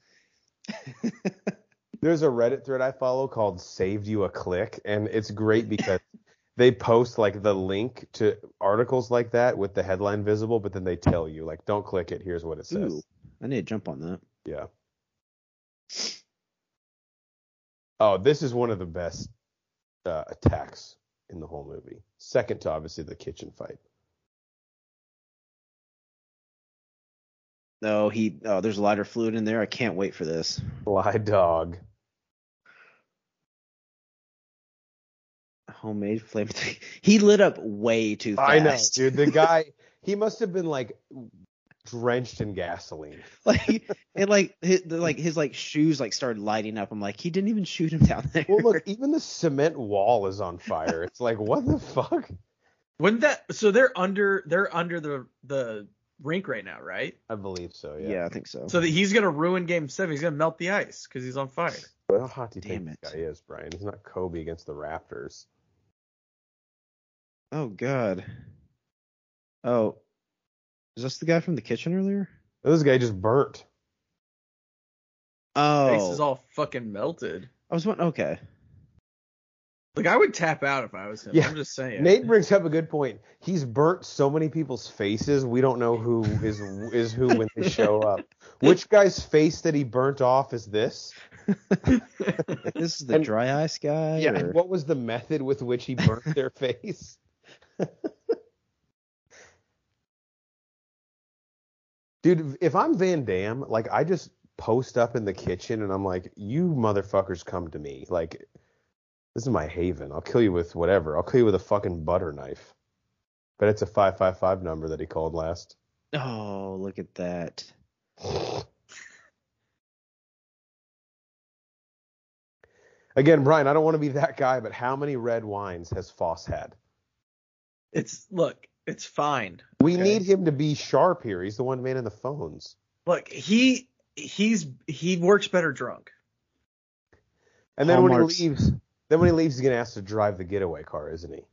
There's a Reddit thread I follow called Saved You a Click, and it's great because they post like the link to articles like that with the headline visible, but then they tell you, like, don't click it. Here's what it says.
Ooh, I need to jump on that.
Yeah. Oh, this is one of the best uh, attacks in the whole movie. Second to obviously the kitchen fight.
No, he. Oh, there's lighter fluid in there. I can't wait for this.
Fly dog.
Homemade flame. he lit up way too fast.
I know, dude. The guy, he must have been like drenched in gasoline.
Like it, like his, like his like shoes like started lighting up. I'm like, he didn't even shoot him down there.
Well, look, even the cement wall is on fire. It's like, what the fuck?
Wouldn't that? So they're under they're under the the rink right now, right?
I believe so.
yeah.
Yeah.
I think so.
So that he's gonna ruin Game Seven. He's gonna melt the ice because he's on fire.
Well, how hot do you think
Damn
this
it.
guy is, Brian? He's not Kobe against the Raptors.
Oh God. Oh, is this the guy from the kitchen earlier?
This guy just burnt.
Ice is
Oh,
all fucking melted.
I was one. Okay.
Like I would tap out if I was him.
Yeah.
I'm just saying.
Nate brings up a good point. He's burnt so many people's faces. We don't know who is is who when they show up. Which guy's face that he burnt off is this?
Like, this is the
And-
dry ice guy.
Yeah. and
or-
What was the method with which he burnt their face? Dude, if I'm Van Damme, like I just post up in the kitchen and I'm like, you motherfuckers come to me. Like this is my haven. I'll kill you with whatever. I'll kill you with a fucking butter knife. But it's a five five five number that he called last.
Oh, look at that.
Again, Brian, I don't want to be that guy, but how many red wines has Foss had?
It's look, it's fine.
We
Okay.
need him to be sharp here. He's the one man in the phones.
Look, he he's he works better drunk.
And then
Hallmark's-
when he leaves, then when he leaves, he's gonna ask to drive the getaway car, isn't he?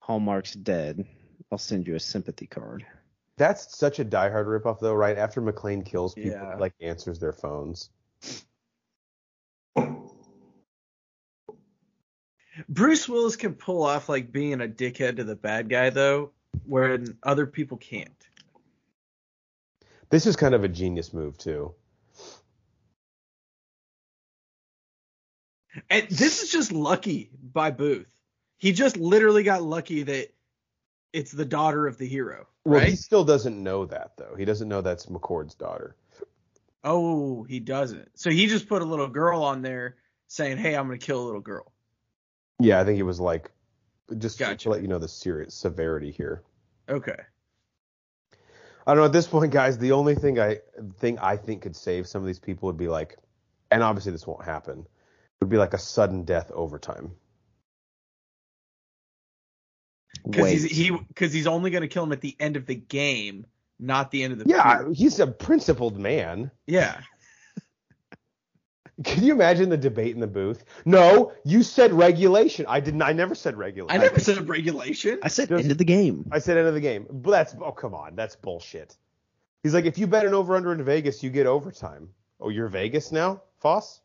Hallmark's dead. I'll send you a sympathy card.
That's such a diehard ripoff, though, right? After McLean kills people,
Yeah.
he, like answers their phones.
Bruce Willis can pull off like being a dickhead to the bad guy though, when other people can't.
This is kind of a genius move too.
And this is just lucky by Booth. He just literally got lucky that it's the daughter of the hero,
Well,
right?
he still doesn't know that though. He doesn't know that's McCord's daughter.
Oh, he doesn't. So he just put a little girl on there saying, "Hey, I'm gonna kill a little girl."
Yeah, I think he was like, just
Gotcha.
to let you know the serious severity here.
Okay.
I don't know. At this point, guys, the only thing I thing I think could save some of these people would be like, and obviously this won't happen, would be like a sudden death overtime.
Because
Wait.
he's he because he's only gonna kill him at the end of the game, not the end of the
Yeah,
period.
he's a principled man.
yeah.
Can you imagine the debate in the booth? No, you said regulation. I didn't. I never said
I
regulation.
never said a regulation.
I said
Just-
end of the game.
I said end of the game. But that's oh come on, that's bullshit. He's like, if you bet an over under in Vegas, you get overtime. Oh, you're Vegas now, Foss?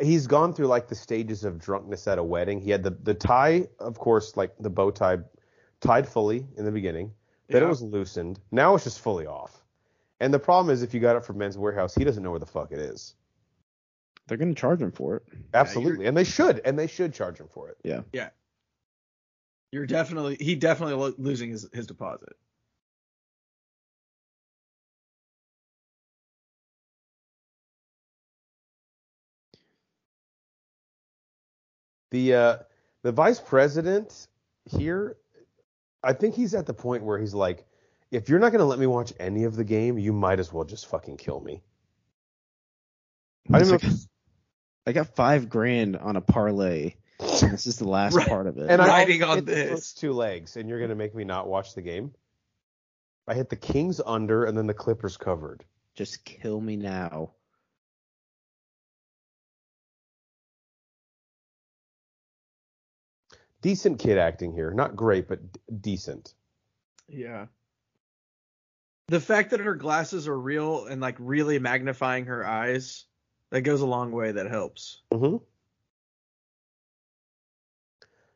He's gone through like the stages of drunkenness at a wedding. He had the the tie, of course, like the bow tie, tied fully in the beginning. Then
Yeah.
it was loosened. Now it's just fully off. And the problem is, if you got it from Men's Warehouse, he doesn't know where the fuck it is.
They're gonna charge him for it.
Absolutely, and they should, and they should charge him for it.
You're definitely he definitely lo- losing his his deposit.
The uh, the vice president here, I think he's at the point where he's like, if you're not gonna let me watch any of the game, you might as well just fucking kill me. I
He's
don't know.
like, I got five grand on a parlay. And this is the last
Right.
part of it.
and I
Riding
also
on
hit the
this.
first two legs, and you're gonna make me not watch the game. I hit the Kings under, and then the Clippers covered.
Just kill me now.
Decent kid acting here, not great, but d- decent.
Yeah. The fact that her glasses are real and like really magnifying her eyes, that goes a long way. That helps.
Mm-hmm.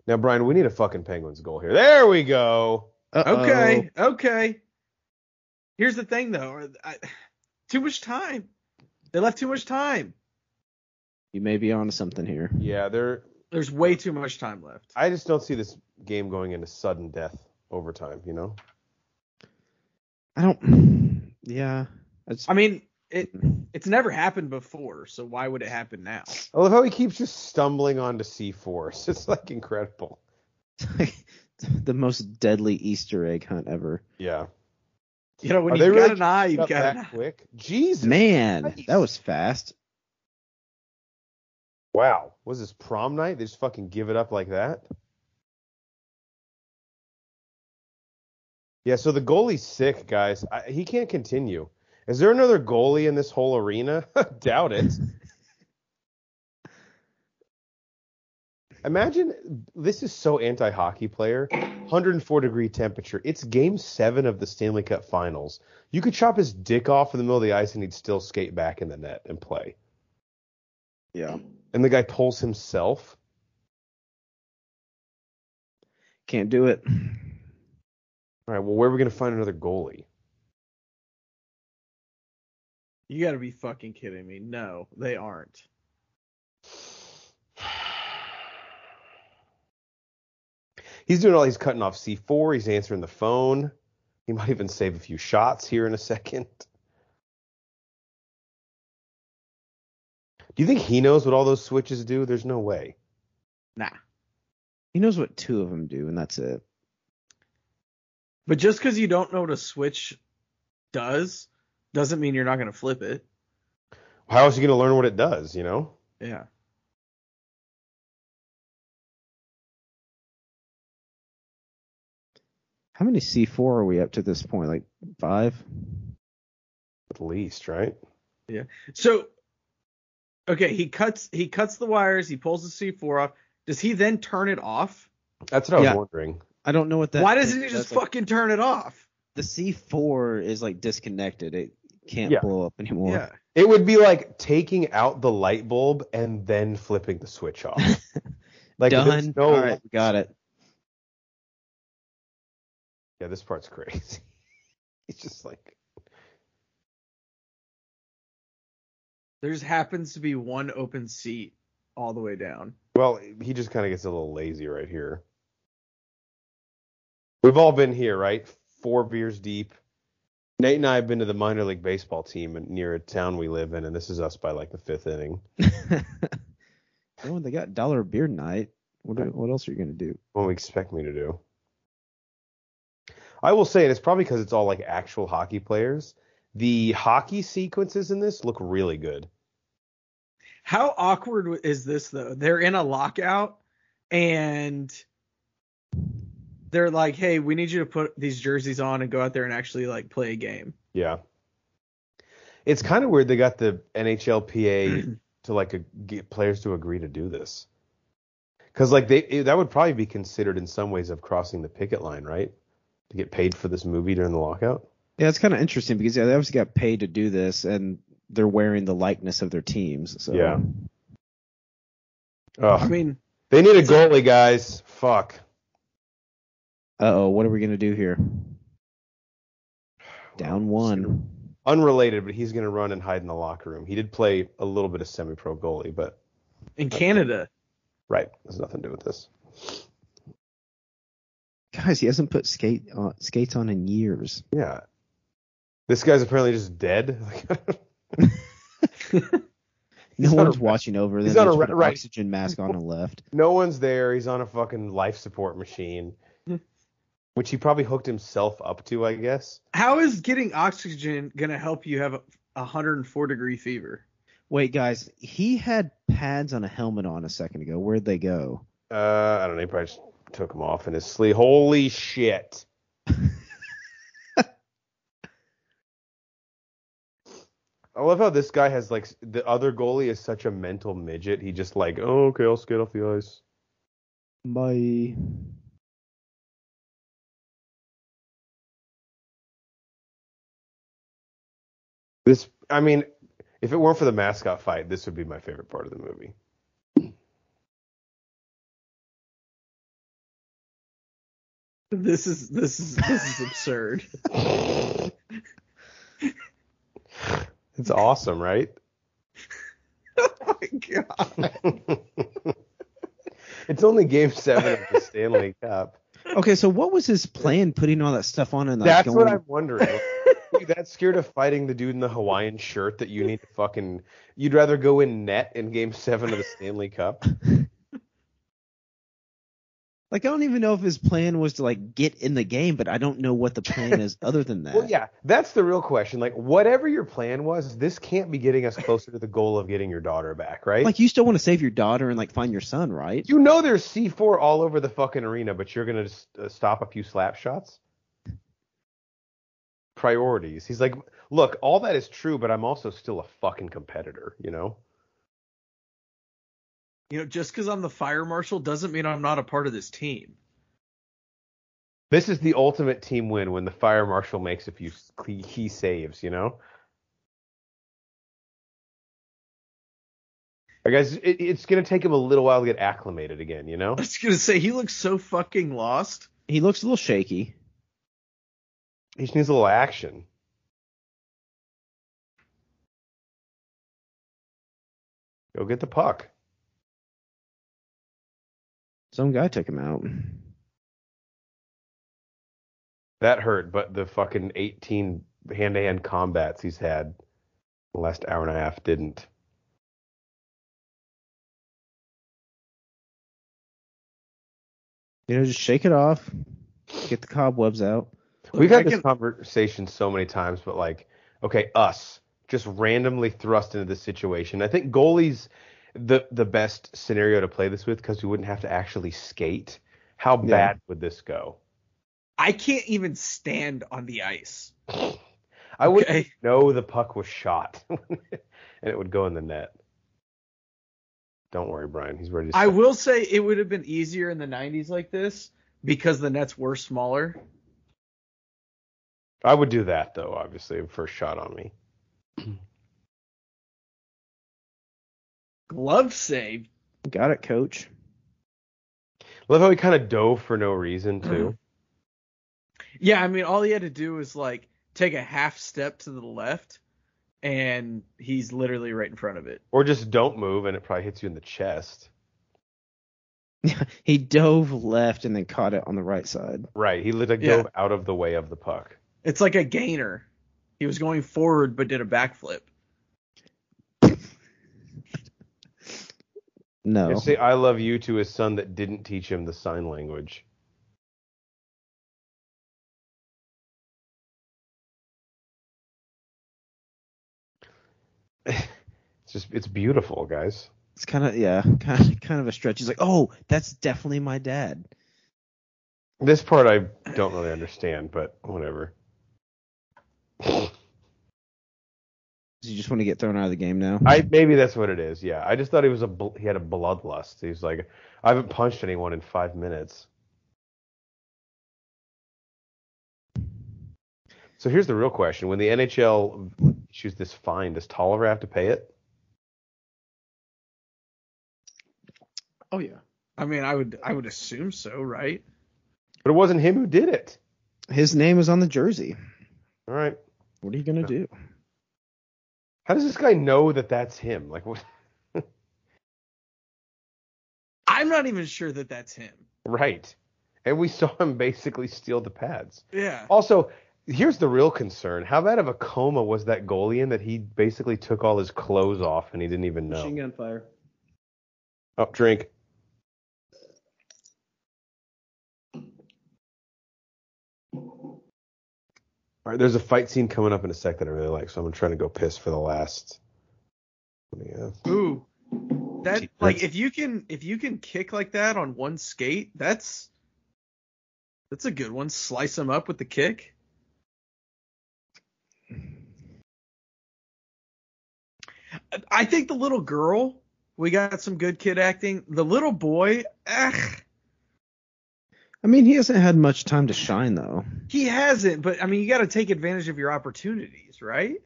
Now, Brian, we need a fucking Penguins goal here. There we go.
Uh-oh.
Okay,
Oh.
okay. Here's the thing though, I, too much time. They left too much time.
You may be onto something here.
Yeah, they're
There's way too much time left.
I just don't see this game going into sudden death overtime, you know?
I don't. Yeah. That's,
I mean, it it's never happened before, so why would it happen now?
I love how he keeps just stumbling onto C4. It's like incredible.
the most deadly Easter egg hunt ever.
Yeah.
You know, when
Are
you've
they
got
really
an eye, you've
Up
got an
that
eye.
quick. Jesus.
Man,
Nice.
that was fast.
Wow. Was this prom night? They just fucking give it up like that? Yeah, so the goalie's sick, guys. I, he can't continue. Is there another goalie in this whole arena? Doubt it. Imagine this is so anti hockey player. 104 degree temperature. It's game seven of the Stanley Cup finals. You could chop his dick off in the middle of the ice and he'd still skate back in the net and play
Yeah.
and the guy pulls himself.
Can't do it.
All right, well, where are we going to find another goalie?
You got to be fucking kidding me. No, they aren't.
He's doing all he's cutting off C4. He's answering the phone. He might even save a few shots here in a second. Do you think he knows what all those switches do? There's no way.
Nah.
He knows what two of them do, and that's it.
But just because you don't know what a switch does Doesn't mean you're not going to flip it.
How else are you going to learn what it does? You know.
Yeah.
How many C4 are we up to this point? Like five?
At least, right?
So, okay, he cuts he cuts the wires. He pulls the C four off. Does he then turn it off?
That's what I was
Yeah.
wondering.
I don't know what that.
Why doesn't he just
that's like-
fucking turn it off?
the C4 is like disconnected. It can't
Yeah.
blow up anymore.
Yeah.
It would be like taking out the light bulb and then flipping the switch off. like there's
Done.
no-
All right, we got it.
Yeah, this part's crazy. It's just like
There just happens to be one open seat all the way down.
well, he just kind of gets a little lazy right here. We've all been here, right? Four beers deep. Nate and I have been to the minor league baseball team and near a town we live in, and this is us by like the fifth inning.
oh, they got dollar beer night. What, do- what else are you gonna do?
What do you expect me to do? I will say, and it's probably because it's all like actual hockey players. The hockey sequences in this look really good.
How awkward w- is this though? They're in a lockout and they're like, "Hey, we need you to put these jerseys on and go out there and actually like play a game."
Yeah. It's kind of weird they got the NHLPA to like a, get players to agree to do this. Cuz like they it- that would probably be considered in some ways of crossing the picket line, right? To get paid for this movie during the lockout.
Yeah, it's kind of interesting because yeah, they obviously got paid to do this, and they're wearing the likeness of their teams. So
Yeah.
I
Ugh.
mean,
They need a goalie, guys. Fuck.
Uh oh, what are we gonna do here? Down one.
Unrelated, but he's going to run and hide in the locker room. He did play a little bit of semi-pro goalie, but
in Canada,
right, there's nothing to do with this.
Guys, he hasn't put skate on, skates on in years.
Yeah. This guy's apparently just dead. Like,
No
He's not
one's
a-
watching over them.
he's not
They
a
just
ra-
put an
right.
oxygen mask on and left.
No one's there. He's on a fucking life support machine,
Hmm.
which he probably hooked himself up to, I guess.
how is getting oxygen going to help you have a 104 degree fever?
Wait, guys, he had pads on a helmet on a second ago. Where'd they go?
Uh, I don't know. He probably just took him off in his sleep. Holy shit! I love how this guy has like s- the other goalie is such a mental midget. He just like, oh, okay, I'll skate off the ice.
My
This, I mean, if it weren't for the mascot fight, this would be my favorite part of the movie.
This is this is this is absurd.
It's awesome, right?
oh my god.
it's only game seven of the Stanley Cup.
Okay, so what was his plan putting all that stuff on and like
That's
going,
what I'm wondering. Dude, that scared of fighting the dude in the Hawaiian shirt that you need to fucking. You'd rather go in net in game seven of the Stanley Cup.
like I don't even know if his plan was to like get in the game, but I don't know what the plan is other than that.
Well, yeah, that's the real question. Like, whatever your plan was, this can't be getting us closer to the goal of getting your daughter back, right?
Like you still want to save your daughter and like find your son, right?
you know there's C4 all over the fucking arena, but you're gonna just, uh, stop a few slap shots. Priorities. He's like, look, all that is true, but I'm also still a fucking competitor, you know.
You know, just because I'm the fire marshal doesn't mean I'm not a part of this team.
This is the ultimate team win when the fire marshal makes a few s- key key saves, you know. I guess it, it's gonna take him a little while to get acclimated again, you know.
I was gonna say he looks so fucking lost.
He looks a little shaky.
He just needs a little action. Go get the puck.
Some guy took him out.
That hurt, but the fucking 18 hand to hand combats he's had the last hour and a half didn't.
You know, just shake it off. Get the cobwebs out.
We've had
I
this
can-
conversation so many times, but like, okay, us just randomly thrust into this situation. I think goalies the the best scenario to play this with because we wouldn't have to actually skate. How
Yeah.
bad would this go?
I can't even stand on the ice.
I wouldn't
Okay.
know the puck was shot, and it would go in the net. Don't worry, Brian. He's ready. To
I
start.
will say it would have been easier in the 90s like this because the nets were smaller.
I would do that though. Obviously, first shot on me.
Glove save.
Got it, coach.
Love how he kind of dove for no reason
Mm-hmm.
too.
Yeah, I mean, all he had to do was like take a half step to the left, and he's literally right in front of it.
or just don't move, and it probably hits you in the chest.
He dove left and then caught it on the right side.
Right. He lit a
Yeah.
dove out of the way of the puck.
It's like a gainer. He was going forward but did a backflip.
No.
And say I love you to his son that didn't teach him the sign language. it's just it's beautiful, guys.
It's kind of yeah, kind of, kind of a stretch. He's like, oh, that's definitely my dad.
This part I don't really understand, but whatever.
So you just want to get thrown out of the game now.
I maybe that's what it is. Yeah, I just thought he was a bl- he had a bloodlust. He's like, I haven't punched anyone in five minutes. So here's the real question: When the NHL issues this fine, does Tolliver have to pay it?
oh yeah.
I mean, I would I would assume so, right?
But it wasn't him who did it.
His name is on the jersey.
All right.
What are you gonna do?
How does this guy know that that's him? Like, what?
I'm not even sure that that's him.
right? And we saw him basically steal the pads.
Yeah.
Also, here's the real concern: How bad of a coma was that goalie in that he basically took all his clothes off and he didn't even know?
gun fire.
Up Oh, drink. All right, there's a fight scene coming up in a sec that I really like, so I'm gonna try to go piss for the last. What do you have?
Ooh. That
Gee,
like
that's-
if you can if you can kick like that on one skate, that's that's a good one. Slice him up with the kick. I- I think the little girl, we got some good kid acting. The little boy, eh, ugh,
I mean, he hasn't had much time to shine though.
he hasn't. But I mean, you got to take advantage of your opportunities, right?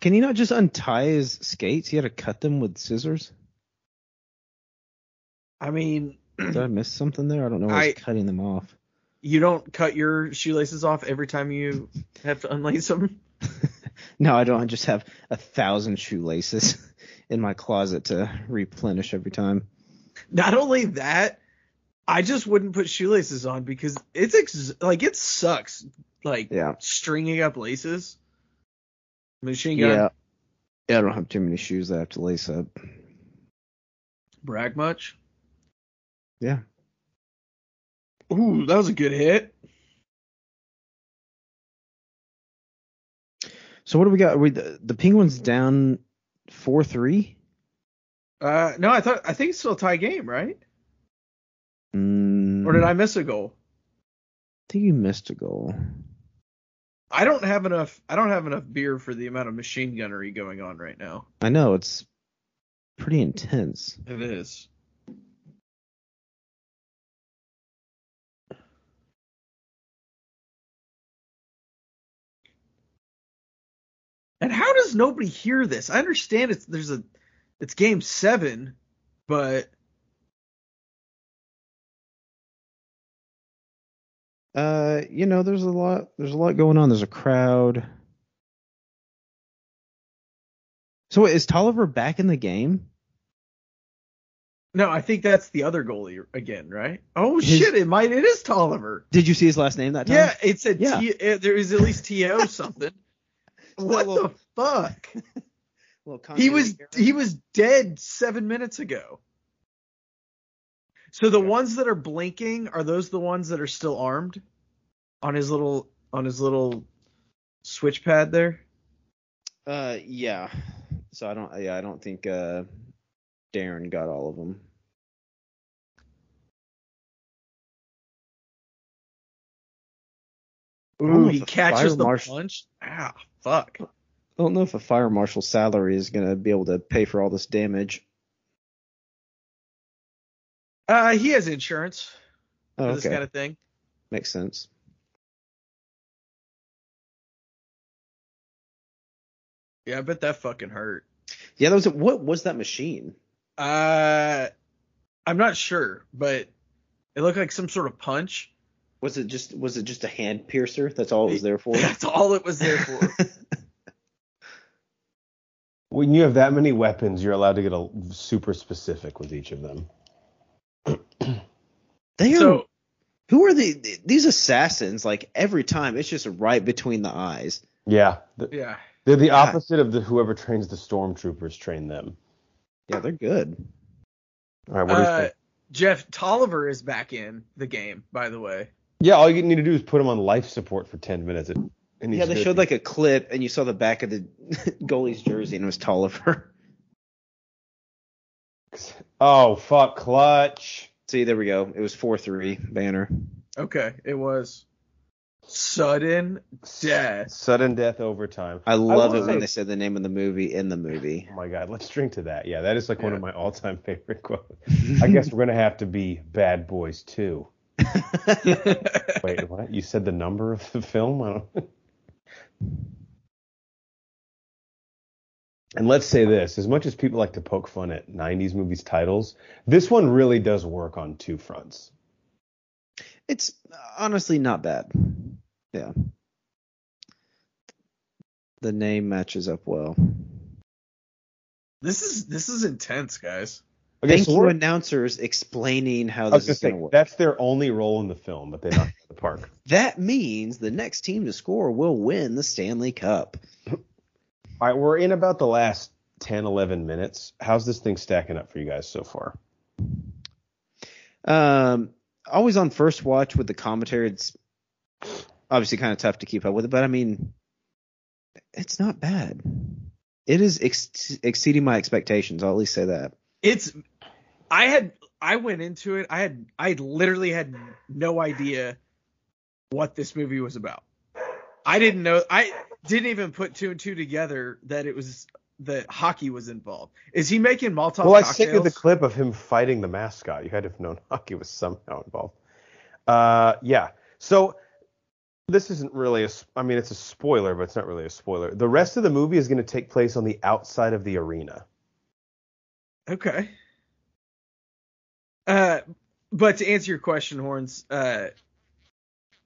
Can he not just untie his skates? He had to cut them with scissors.
I mean,
Did I miss something there? I don't know. why
I-
He's cutting them off.
you don't cut your shoelaces off every time you have to unlace them.
No, I don't. I just have a thousand shoelaces in my closet to replenish every time.
Not only that, I just wouldn't put shoelaces on because it's ex- like it sucks like
Yeah.
stringing up laces. Machine gun
Yeah. Yeah, I don't have too many shoes that I have to lace up.
brag much.
Yeah.
Ooh, that was a good hit.
So what do we got? Are we the, the Penguins down four three?
Uh, no, I thought I think it's still a tie game, right?
Mm,
Or did I miss a goal?
think you missed a goal.
I don't have enough. I don't have enough beer for the amount of machine gunnery going on right now.
I know it's pretty intense.
It is. And how does nobody hear this? I understand it's there's a it's game seven, but
Uh, you know, there's a lot. There's a lot going on. There's a crowd. So wait, is Tolliver back in the game?
no, I think that's the other goalie again, right? Oh
His-
shit, it might it is Tolliver.
Did you see his last name that time?
Yeah, it said
Yeah.
T, uh, there is at least TO something. what the fuck?
Little
he was
continuity error.
he was dead seven minutes ago. So the ones that are blinking are those the ones that are still armed on his little on his little switch pad there?
Uh, yeah. So I don't. Yeah, I don't think uh, Darren got all of them.
Ooh,
Oh,
he
the
catches
fire
the
marshal-
punch. Ah, fuck.
I don't know if a fire marshal salary is gonna be able to pay for all this damage.
Uh, he has insurance for
Oh,
this
okay,
kind of thing.
makes sense.
Yeah, I bet that fucking hurt.
Yeah, that was a, what was that machine?
Uh, I'm not sure, but it looked like some sort of punch.
Was it just was it just a hand piercer? That's all it was there for.
That's all it was there for.
When you have that many weapons, you're allowed to get a super specific with each of them.
They are
so
Who are the th- these assassins? Like every time, it's just right between the eyes.
Yeah, th-
yeah,
they're the
Yeah.
opposite of the whoever trains the stormtroopers train them.
Yeah, they're good.
All right, what do you
uh,
think?
Jeff Tolliver is back in the game. By the way,
Yeah, all you need to do is put him on life support for ten minutes. And
Yeah, they showed like a clip, and you saw the back of the goalie's jersey, and it was Tolliver.
oh fuck, clutch.
See, there we go. It was four three banner.
okay, it was sudden death.
Sudden death overtime.
I love
will
it when
say-
they said the name of the movie in the movie.
Oh my god, let's drink to that. Yeah, that is like one
Yeah.
of my all-time favorite quotes. I guess we're gonna have to be bad boys too. Wait, what? You said the number of the film? I don't... and let's say this: as much as people like to poke fun at '90s movies titles, this one really does work on two fronts.
it's honestly not bad. Yeah, the name matches up well.
This is this is intense, guys.
Okay,
Thank
so
you,
we're-
announcers, explaining how
I was
this
just
is going to
saying
work.
that's their only role in the film, but they knocked it out of the park.
That means the next team to score will win the Stanley Cup.
All right, we're in about the last 10, 11 minutes. How's this thing stacking up for you guys so far?
Um, always on first watch with the commentary. It's obviously kind of tough to keep up with it, but I mean, it's not bad. It is ex- exceeding my expectations. I'll at least say that.
It's I had I went into it. I had I literally had no idea what this movie was about. I didn't know. I didn't even put two and two together that it was that hockey was involved. Is he making Molotov
well, I sent you
cocktails?
the clip of him fighting the mascot. You had to have known hockey was somehow involved. Uh, yeah. So this isn't really a. s- I mean, it's a spoiler, but it's not really a spoiler. The rest of the movie is going to take place on the outside of the arena.
okay. Uh, but to answer your question, horns. Uh,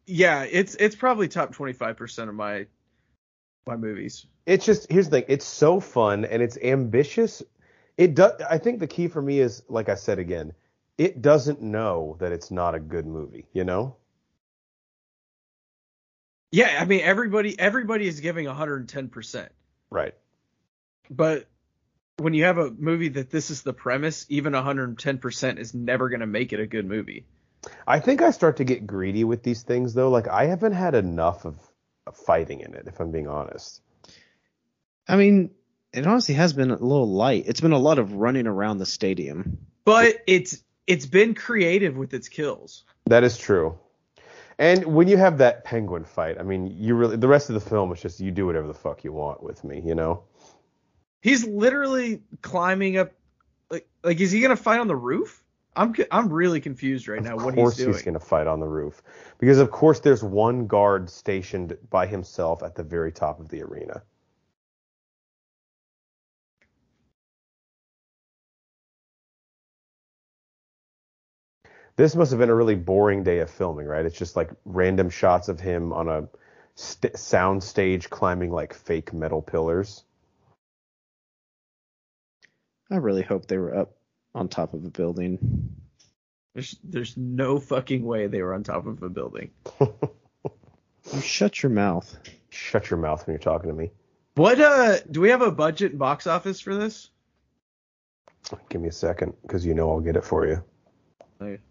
yeah, it's it's probably top twenty five percent of my my movies.
It's just here's the thing. It's so fun and it's ambitious. It does. I think the key for me is, like I said again, it doesn't know that it's not a good movie. You know.
Yeah, I mean everybody everybody is giving one hundred and ten percent.
Right.
but when you have a movie that this is the premise, even 110% is never going to make it a good movie.
I think I start to get greedy with these things though. Like I haven't had enough of of fighting in it, if I'm being honest.
I mean, it honestly has been a little light. It's been a lot of running around the stadium.
But it's it's been creative with its kills.
That is true. And when you have that penguin fight, I mean, you really the rest of the film is just you do whatever the fuck you want with me, you know?
He's literally climbing up like like is he going to fight on the roof? I'm co- I'm really confused right now
of
what he's
course
doing.
he's going to fight on the roof because of course there's one guard stationed by himself at the very top of the arena. This must have been a really boring day of filming, right? It's just like random shots of him on a st- sound stage climbing like fake metal pillars.
I really hope they were up on top of a building.
There's there's no fucking way they were on top of a building.
You shut your mouth.
Shut your mouth when you're talking to me.
What uh do we have a budget and box office for this?
Give me a second because you know I'll get it for you.
Okay.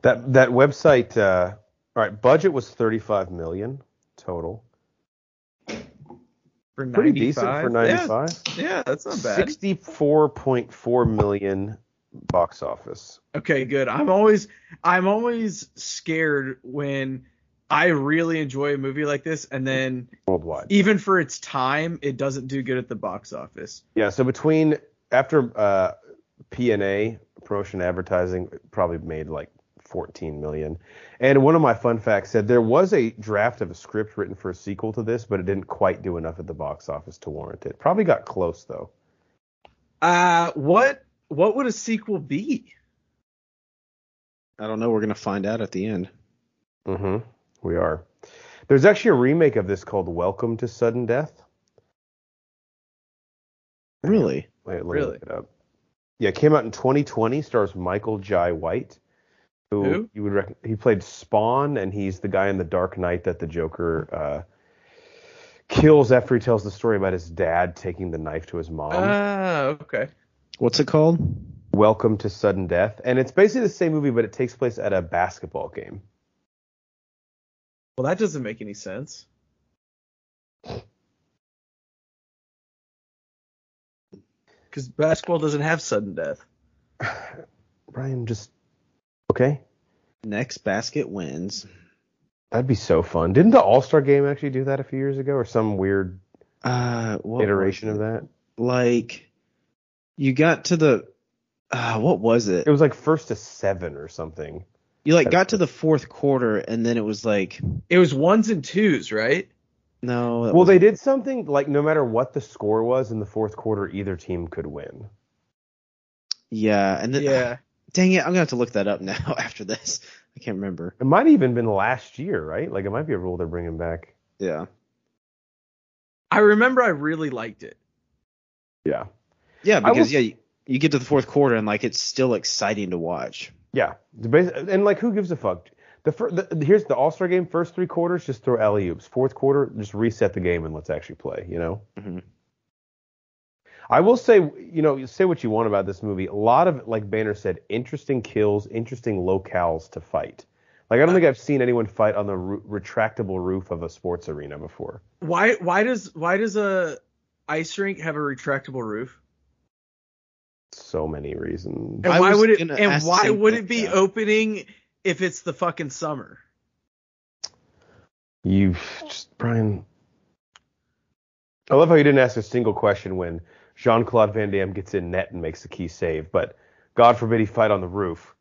That that website uh, All right, budget was 35 million total.
For
Pretty decent for
95.
95.
Yeah, yeah, that's not bad.
64.4 million box office.
Okay, good. I'm always I'm always scared when I really enjoy a movie like this and then
worldwide.
even for its time it doesn't do good at the box office.
Yeah, so between after uh, P&A, promotion and advertising, it probably made like 14 million. And one of my fun facts said there was a draft of a script written for a sequel to this, but it didn't quite do enough at the box office to warrant it. Probably got close though.
Uh what what would a sequel be?
I don't know. We're gonna find out at the end.
Mm-hmm. We are. There's actually a remake of this called Welcome to Sudden Death.
Really?
Wait, let me
Really?
look it up. Yeah, it came out in 2020. Stars Michael Jai White, who,
Who?
you would rec- he played Spawn, and he's the guy in The Dark Knight that the Joker uh, kills after he tells the story about his dad taking the knife to his mom.
Uh.
Ah, okay.
What's it called?
Welcome to Sudden Death, and it's basically the same movie, but it takes place at a basketball game.
Well, that doesn't make any sense. Cuz basketball doesn't have sudden death.
Brian, just okay.
Next basket wins.
That'd be so fun. Didn't the All Star Game actually do that a few years ago, or some weird
Uh, what
iteration of
was
that?
it? Like, you got to the. Uh, what was it?
It was like first to seven or something.
You like got to the fourth quarter, and then it was like,
It was ones and twos, right?
no. that
Well,
wasn't-
they did something like no matter what the score was in the fourth quarter, either team could win.
Yeah, and then
Yeah.
Dang it! I'm gonna have to look that up now after this. I can't remember.
It might have even been last year, right? Like it might be a rule they're bringing back.
Yeah.
I remember I really liked it.
Yeah.
Yeah,
I
because
will-
yeah, you, you get to the fourth quarter and like it's still exciting to watch.
Yeah. The bas- And like, who gives a fuck? The, fir- the here's the All Star game. First three quarters, just throw alley oops. Fourth quarter, just reset the game and let's actually play. You know.
Mhm.
I will say, you know, you say what you want about this movie. A lot of, like Banner said, interesting kills, interesting locales to fight. Like I don't think I've seen anyone fight on the ru- retractable roof of a sports arena before.
Why why does why does a ice rink have a retractable roof?
so many reasons.
And
I
why
was
would it
gonna
and
ask the
why
same
would
thing,
it be
yeah.
opening if it's the fucking summer?
You just Brian. I love how you didn't ask a single question when Jean Claude Van Damme gets in net and makes the key save, but God forbid he fight on the roof.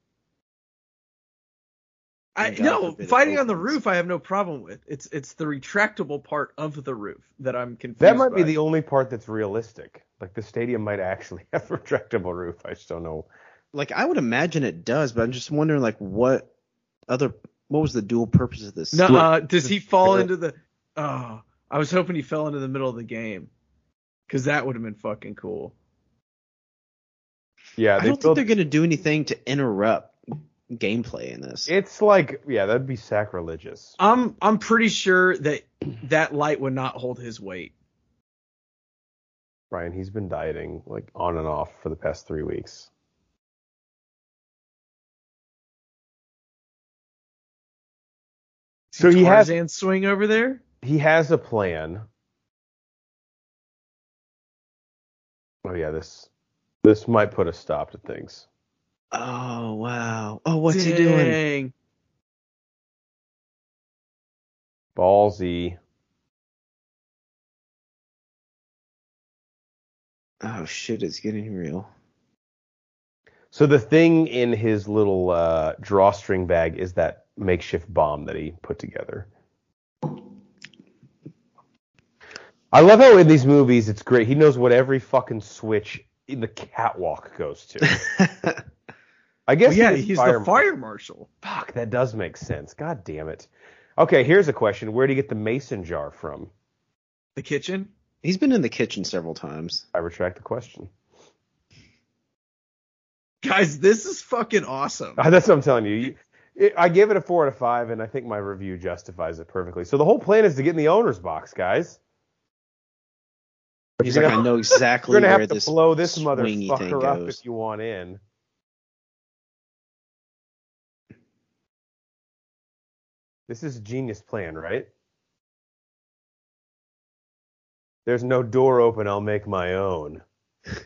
I
God
no
forbid it
fighting on the
opens.
roof I have no problem with. It's it's the retractable part of the roof that I'm confused.
That might be
by.
the only part that's realistic. Like the stadium might actually have a retractable roof. I just don't know.
Like I would imagine it does, but I'm just wondering like what other what was the dual purpose of this?
no. Uh, does he fall
Yeah.
into the? Oh, I was hoping he fell into the middle of the game, because that would have been fucking cool.
Yeah,
I
they
don't
built.
think they're gonna do anything to interrupt gameplay in this.
It's like yeah, that'd be sacrilegious.
I'm I'm pretty sure that that light would not hold his weight.
Brian, he's been dieting like on and off for the past three weeks. So he has
Tarzan swing over there.
he has a plan. Oh yeah, this this might put a stop to things.
oh wow. Oh what's he doing?
Dang.
Ballsy.
Oh shit, it's getting real.
So the thing in his little uh, drawstring bag is that makeshift bomb that he put together. I love how in these movies it's great. He knows what every fucking switch in the catwalk goes to. I guess
Well, Oh, yeah,
he was
he's
fire-
the fire marshal.
Fuck, that does make sense. God damn it. Okay, here's a question. Where do you get the mason jar from?
The kitchen.
He's been in the kitchen several times.
I retract the question.
Guys, this is fucking awesome.
That's what I'm telling you. you it, I give it a four out of five, and I think my review justifies it perfectly. So the whole plan is to get in the owner's box, guys.
He's
you're
like,
gonna-
I know exactly
You're gonna
where
have to
this
blow this
swingy thing
motherfucker up
goes.
if you want in. This is genius plan, right? There's no door open. I'll make my own. it's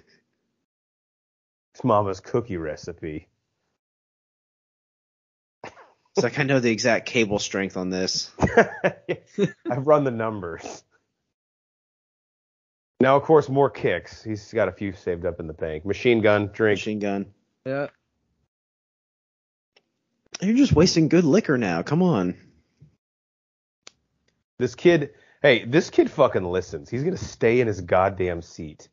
Mama's cookie recipe.
It's like I know the exact cable strength on this.
I've run the numbers. Now, of course, more kicks. He's got a few saved up in the bank. Machine gun, drink.
Machine gun.
Yeah.
You're just wasting good liquor now. Come on.
This kid, hey, this kid fucking listens. He's gonna stay in his goddamn seat.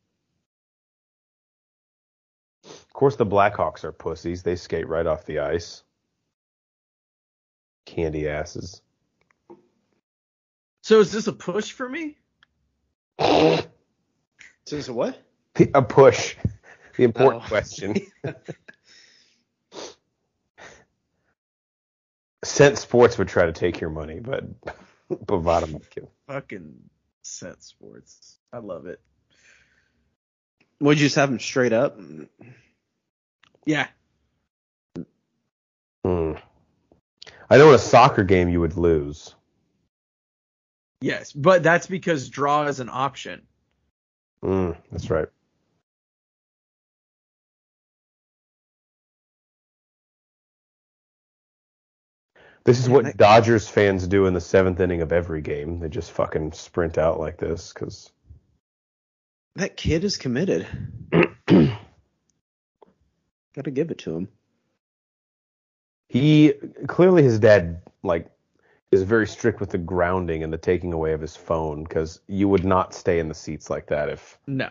Of course, the Blackhawks are pussies. They skate right off the ice. Candy asses.
So is this a push for me?
So, so what?
a push. The important
Oh.
question. Sent Sports would try to take your money, but Bovada might give.
Fucking set sports. I love it.
Would you just have him straight up?
Yeah.
Hmm. I know in a soccer game you would lose.
Yes, but that's because draw is an option.
Mm, that's right. This is what Dodgers fans do in the seventh inning of every game. They just fucking sprint out like this because
That kid is committed. Gotta give it to him.
he clearly his dad like is very strict with the grounding and the taking away of his phone because you would not stay in the seats like that if.
No.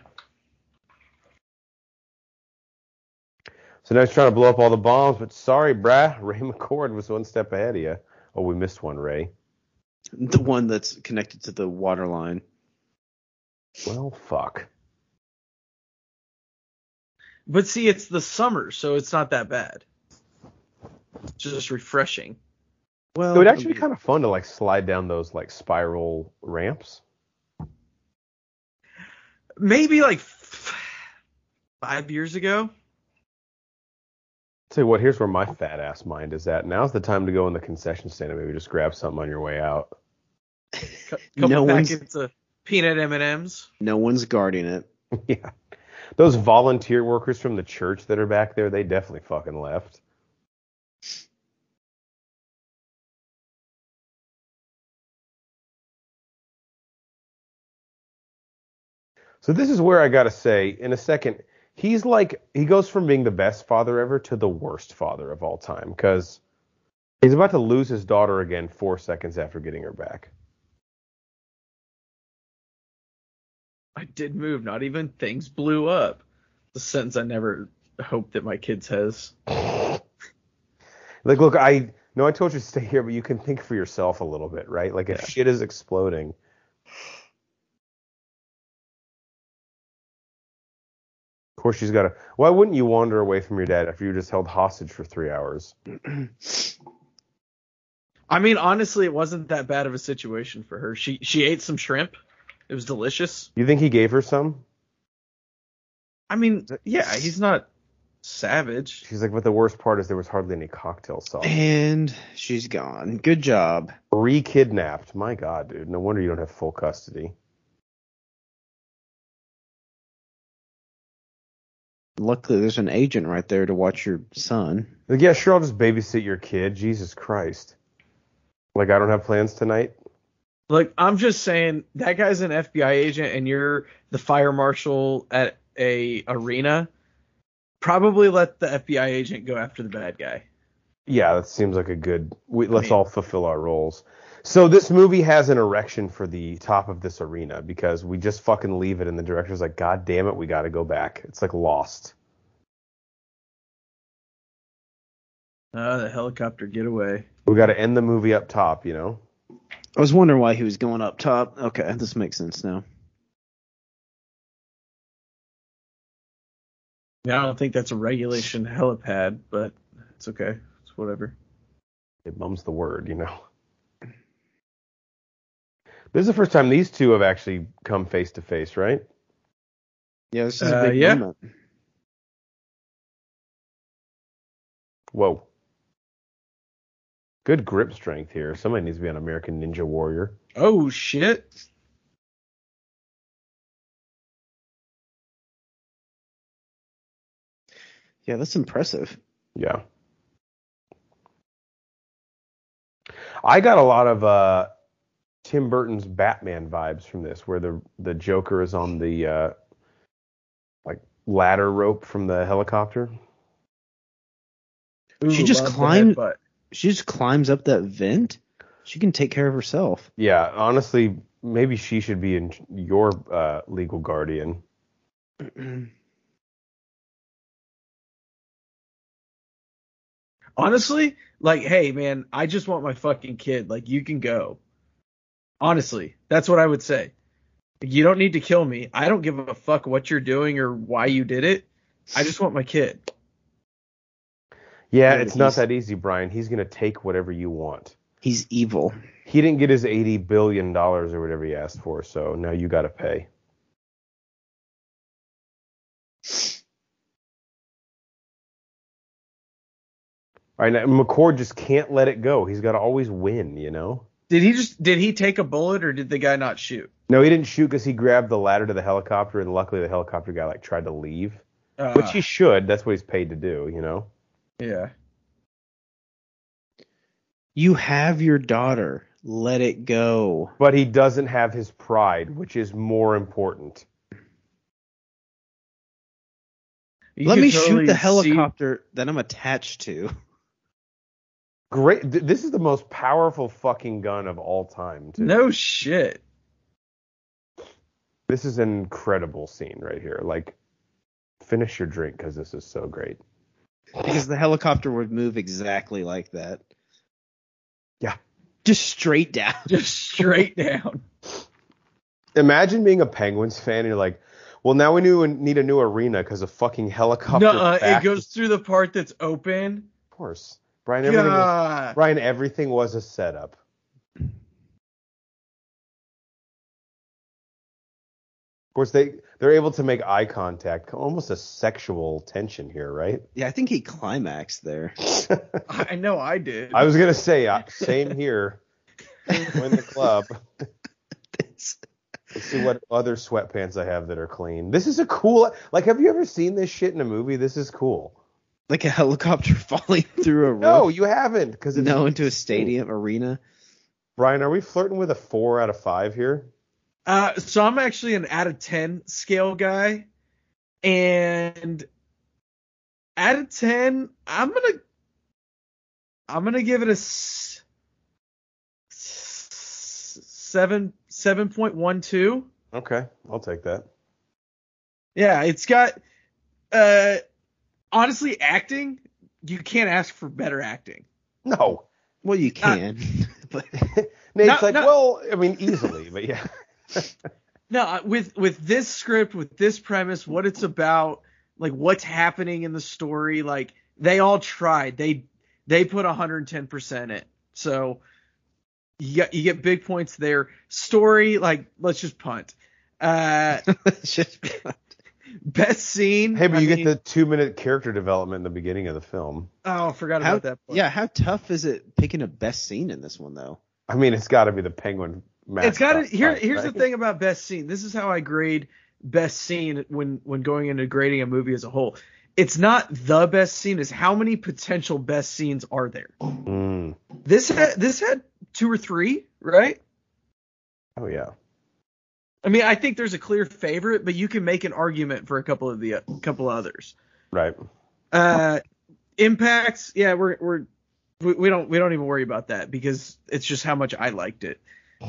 So now he's trying to blow up all the bombs, but sorry, brah, Ray McCord was one step ahead of you. Oh, we missed one, Ray.
The one that's connected to the water line.
Well, fuck.
But see, it's the summer, so it's not that bad. It's just refreshing.
Well,
It would actually be kind of fun to like slide down those like spiral ramps.
Maybe like f- five years ago.
Tell you what, here's where my fat ass mind is at. Now's the time to go in the concession stand and maybe just grab something on your way out.
Cu- Couple
No one's-
packets of peanut M and M's.
no one's guarding it.
yeah. Those volunteer workers from the church that are back there, they definitely fucking left. So this is where I gotta say, in a second, he's like he goes from being the best father ever to the worst father of all time because he's about to lose his daughter again four seconds after getting her back.
I did move. Not even things blew up. The sentence I never hoped that my kids has.
Like, look, I know I told you to stay here, but you can think for yourself a little bit, right? Like, if
Yeah.
shit is exploding, of course she's got to. Why wouldn't you wander away from your dad after you were just held hostage for three hours?
I mean, honestly, it wasn't that bad of a situation for her. She she ate some shrimp. It was delicious.
You think he gave her some?
I mean, yeah, he's not savage.
She's like, but the worst part is there was hardly any cocktail sauce.
And she's gone. Good job.
Re-kidnapped. My God, dude. No wonder you don't have full custody.
Luckily, there's an agent right there to watch your son.
Like, yeah, sure, I'll just babysit your kid. Jesus Christ. Like, I don't have plans tonight.
Look, I'm just saying that guy's an FBI agent and you're the fire marshal at a arena. Probably let the FBI agent go after the bad guy.
Yeah, that seems like a good. We, let's
mean-
all fulfill our roles. So this movie has an erection for the top of this arena because we just fucking leave it, and the director's like, "God damn it, we got to go back." It's like Lost.
Oh, the helicopter getaway.
We got to end the movie up top, you know.
I was wondering why he was going up top. Okay, this makes sense now.
Yeah, I don't think that's a regulation helipad, but it's okay. It's whatever.
It bums the word, you know. This is the first time these two have actually come face to face, right?
Yeah, this is
Uh,
a big
yeah.
moment.
Whoa. Good grip strength here. Somebody needs to be an American Ninja Warrior.
Oh shit.
Yeah, that's impressive.
Yeah. I got a lot of uh, Tim Burton's Batman vibes from this, where the the Joker is on the uh, like ladder rope from the helicopter.
She just
love the
climbed-
headbutt.
She just climbs up that vent. She can take care of herself.
Yeah, honestly, maybe she should be in your uh, legal guardian.
Honestly, like, hey man, I just want my fucking kid. Like, you can go. Honestly, that's what I would say. You don't need to kill me. I don't give a fuck what you're doing or why you did it. I just want my kid.
Yeah,
Yeah,
it's not
he's-
that easy, Brian. He's gonna take whatever you want.
He's evil.
He didn't get his eighty billion dollars or whatever he asked for, so now you gotta pay. All right, now McCord just can't let it go. He's gotta always win, you know.
Did he just did he take a bullet or did the guy not shoot?
No, he didn't shoot because he grabbed the ladder to the helicopter, and luckily the helicopter guy like tried to leave,
Uh,
which he should. That's what he's paid to do, you know.
yeah.
You have your daughter. Let it go.
But he doesn't have his pride, which is more important.
You
Let
could totally
me shoot the
see-
helicopter that I'm attached to.
Great. Th- this is the most powerful fucking gun of all time. Too.
No shit.
This is an incredible scene right here. Like, finish your drink because this is so great.
Because the helicopter would move exactly like that.
Yeah.
Just straight down.
Just straight down.
Imagine being a Penguins fan and you're like, well, now we knew need a new arena because a fucking helicopter.
No, it
back-
goes through the part that's open.
Of course, Brian. Everything was,
Yeah.
Brian, everything was a setup. Of course, they they're able to make eye contact, almost a sexual tension here, right?
Yeah, I think he climaxed there.
I know I did.
I was gonna say uh, same here. Join the club.
It's-
Let's see what other sweatpants I have that are clean. This is a cool. Like, have you ever seen this shit in a movie? This is cool.
like a helicopter falling through a roof.
No, you haven't, because
no, into a stadium arena.
Brian, are we flirting with a four out of five here?
Uh, so I'm actually an out of 10 scale guy. And out of 10, I'm going to I'm going to give it a s- s- 7 7.12.
Okay, I'll take that.
Yeah, it's got uh honestly acting, you can't ask for better acting.
No,
Well, you can. but
Nate's
Not-
like,
not-
well, I mean, easily, but yeah.
No, uh, with with this script, with this premise, what it's about, like what's happening in the story, like they all tried. They they put 110% in. So you get, you get big points there. Story, like let's just punt. Uh
it's just-
best scene.
Hey, but
I
you
mean-
get the two-minute character development in the beginning of the film.
Oh, I forgot
how,
about that part.
yeah, how tough is it picking a best scene in this one though?
I mean, it's got to be the penguin.
it's got to
mascot
here
fight,
here's
right?
the thing about best scene this is how i grade best scene when when going into grading a movie as a whole it's not the best scene it's how many potential best scenes are there
Mm.
this had this had two or three right
Oh yeah.
i mean i think there's a clear favorite but you can make an argument for a couple of the a couple of others
Right.
uh impacts yeah we're we're we, we don't we don't even worry about that because it's just how much i liked it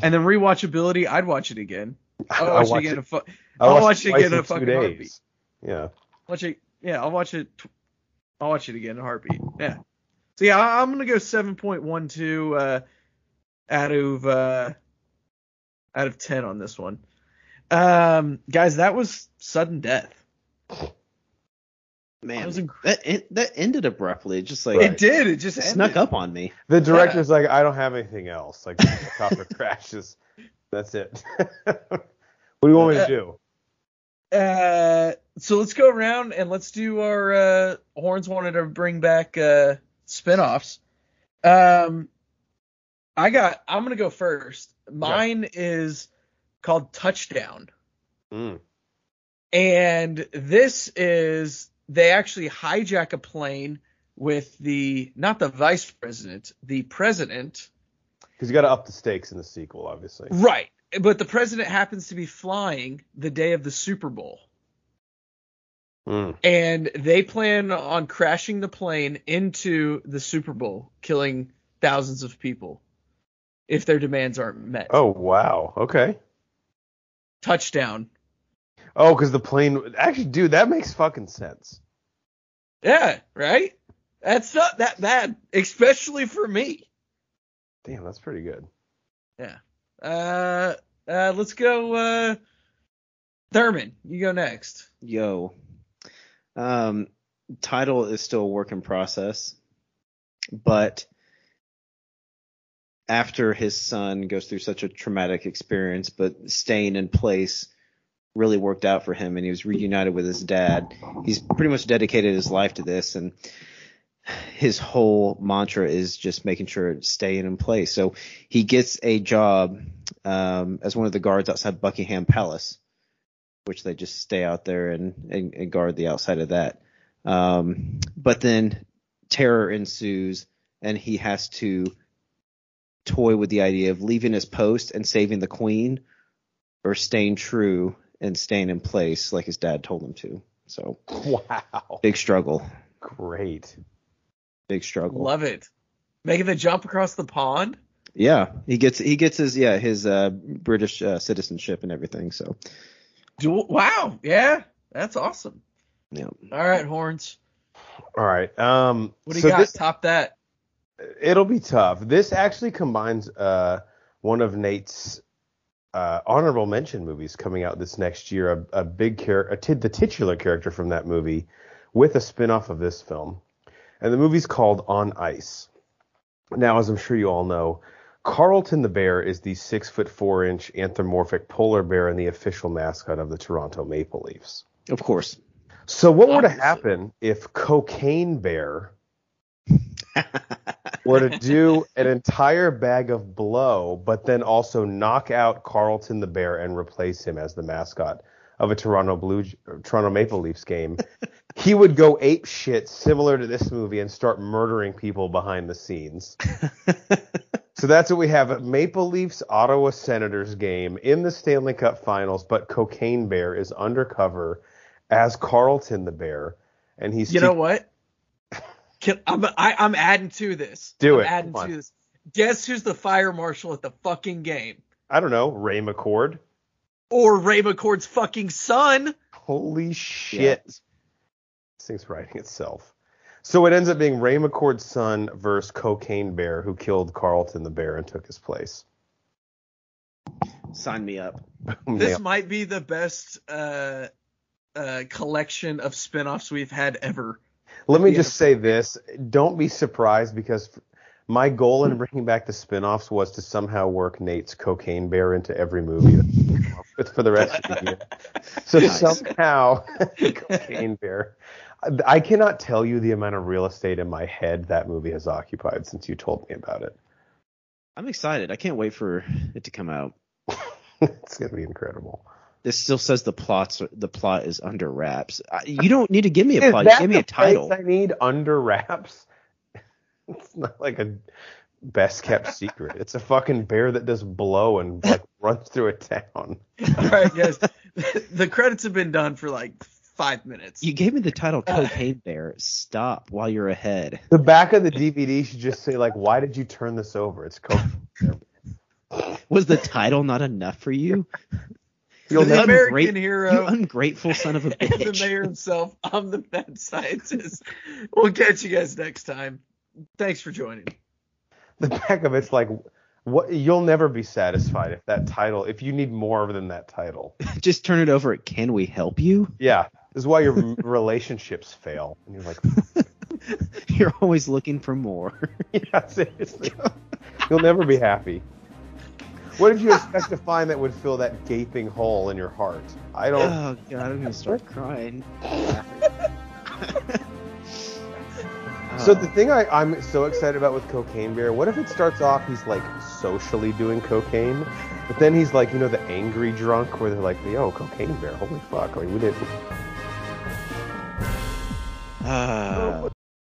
and then rewatchability i'd watch it again i'll watch it again in a fu- I'll watch it
twice
again in a
two
fucking
days.
heartbeat.
Yeah.
Watch it. Yeah, I'll watch it. tw- I'll watch it again in a heartbeat. Yeah. So yeah, I, I'm gonna go 7.12 uh, out of uh, out of 10 on this one. Um, guys, that was sudden death.
Man,
That was inc-
that en- that ended abruptly. It just like
Right.
It did. It just
snuck
ended.
up on me.
The director's like, I don't have anything else. Like the helicopter crashes. That's it. what do you want me to do?
Uh, so let's go around and let's do our uh, horns wanted to bring back uh, spinoffs. Um, I got. I'm gonna go first. Mine is called Touchdown,
Mm.
and this is they actually hijack a plane with the not the vice president, the president.
Because you got to up the stakes in the sequel, obviously.
Right, but the president happens to be flying the day of the Super Bowl.
Mm.
and they plan on crashing the plane into the Super Bowl, killing thousands of people if their demands aren't met.
Oh wow. Okay.
Touchdown.
Oh, because the plane. Actually, dude, that makes fucking sense.
Yeah, right? That's not that bad, especially for me.
Damn, that's pretty good.
Uh, uh let's go uh Thurman, you go next.
Yo. Um, title is still a work in process, but after his son goes through such a traumatic experience, but staying in place really worked out for him, and he was reunited with his dad. He's pretty much dedicated his life to this, and his whole mantra is just making sure it's staying in place. So he gets a job um, as one of the guards outside Buckingham Palace which they just stay out there and, and, and guard the outside of that. Um, but then terror ensues, and he has to toy with the idea of leaving his post and saving the queen, or staying true and staying in place like his dad told him to. So
Wow.
big struggle,
Great.
big struggle.
Love it. Making the jump across the pond.
Yeah, he gets he gets his yeah his uh, British uh, citizenship and everything. So
Dual, wow. Yeah. That's awesome.
yeah,
All right, Horns.
All right. Um.
What do you
so
got?
this-
Top that.
it'll be tough. This actually combines uh, one of Nate's uh, honorable mention movies coming out this next year. A, a big character, a tid the titular character from that movie, with a spin-off of this film, and the movie's called On Ice. Now, as I'm sure you all know, Carlton the bear is the six foot four inch anthropomorphic polar bear and the official mascot of the Toronto Maple Leafs.
of course.
So, what were to
Obviously.
happen if Cocaine Bear were to do an entire bag of blow, but then also knock out Carlton the Bear and replace him as the mascot of a Toronto Blue or Toronto Maple Leafs game, he would go ape shit similar to this movie and start murdering people behind the scenes. so that's what we have: a Maple Leafs Ottawa Senators game in the Stanley Cup Finals, but Cocaine Bear is undercover as Carlton the Bear, and he's
You know what? Can, I'm I, I'm adding to this. I'm
Do it.
Adding
Come on.
to this. Guess who's the fire marshal at the fucking game?
I don't know Ray McCord.
Or Ray McCord's fucking son.
Holy shit. This thing's writing itself. So it ends up being Ray McCord's son versus Cocaine Bear, who killed Carlton the Bear and took his place.
Sign me up.
This
Nailed-
might be the best uh, uh, collection of spinoffs we've had ever.
Let me
yeah.
just say this. Don't be surprised because f- my goal in bringing back the spin-offs was to somehow work Nate's Cocaine Bear into every movie that- for the rest of the year. So
Nice.
somehow, Cocaine Bear. I- I cannot tell you the amount of real estate in my head that movie has occupied since you told me about it.
I'm excited. I can't wait for it to come out.
it's gonna be incredible.
This still says the plots the plot is under wraps. I, you don't need to give me a
Is
plot.
that
Give me
the
a title.
place I need under wraps. It's not like a best kept secret. It's a fucking bear that does blow and like runs through a town.
All right, guys. the credits have been done for like five minutes.
You gave me the title Cocaine Bear. Stop while you're ahead.
The back of the DVD should just say like, "Why did you turn this over?" It's coke.
Was the title not enough for you?
the
You'll
Did they
never.
make-
American
great- You
hero.
ungrateful son of a
the
bitch.
mayor himself. I'm the mad scientist. We'll catch you guys next time. Thanks for joining.
The back of it's like, "What?" You'll never be satisfied if that title. If you need more than that title,
Just turn it over. at Can we help you?
yeah. This is why your relationships fail. And you're like,
You're always looking for more.
Yeah, seriously. You'll never be happy. What did you expect to find that would fill that gaping hole in your heart? I don't.
Oh god, I'm gonna start crying.
So the thing I, I'm so excited about with Cocaine Bear, what if it starts off he's like socially doing cocaine, but then he's like, you know, the angry drunk where they're like, yo, Cocaine Bear, holy fuck, like we didn't.
Ah.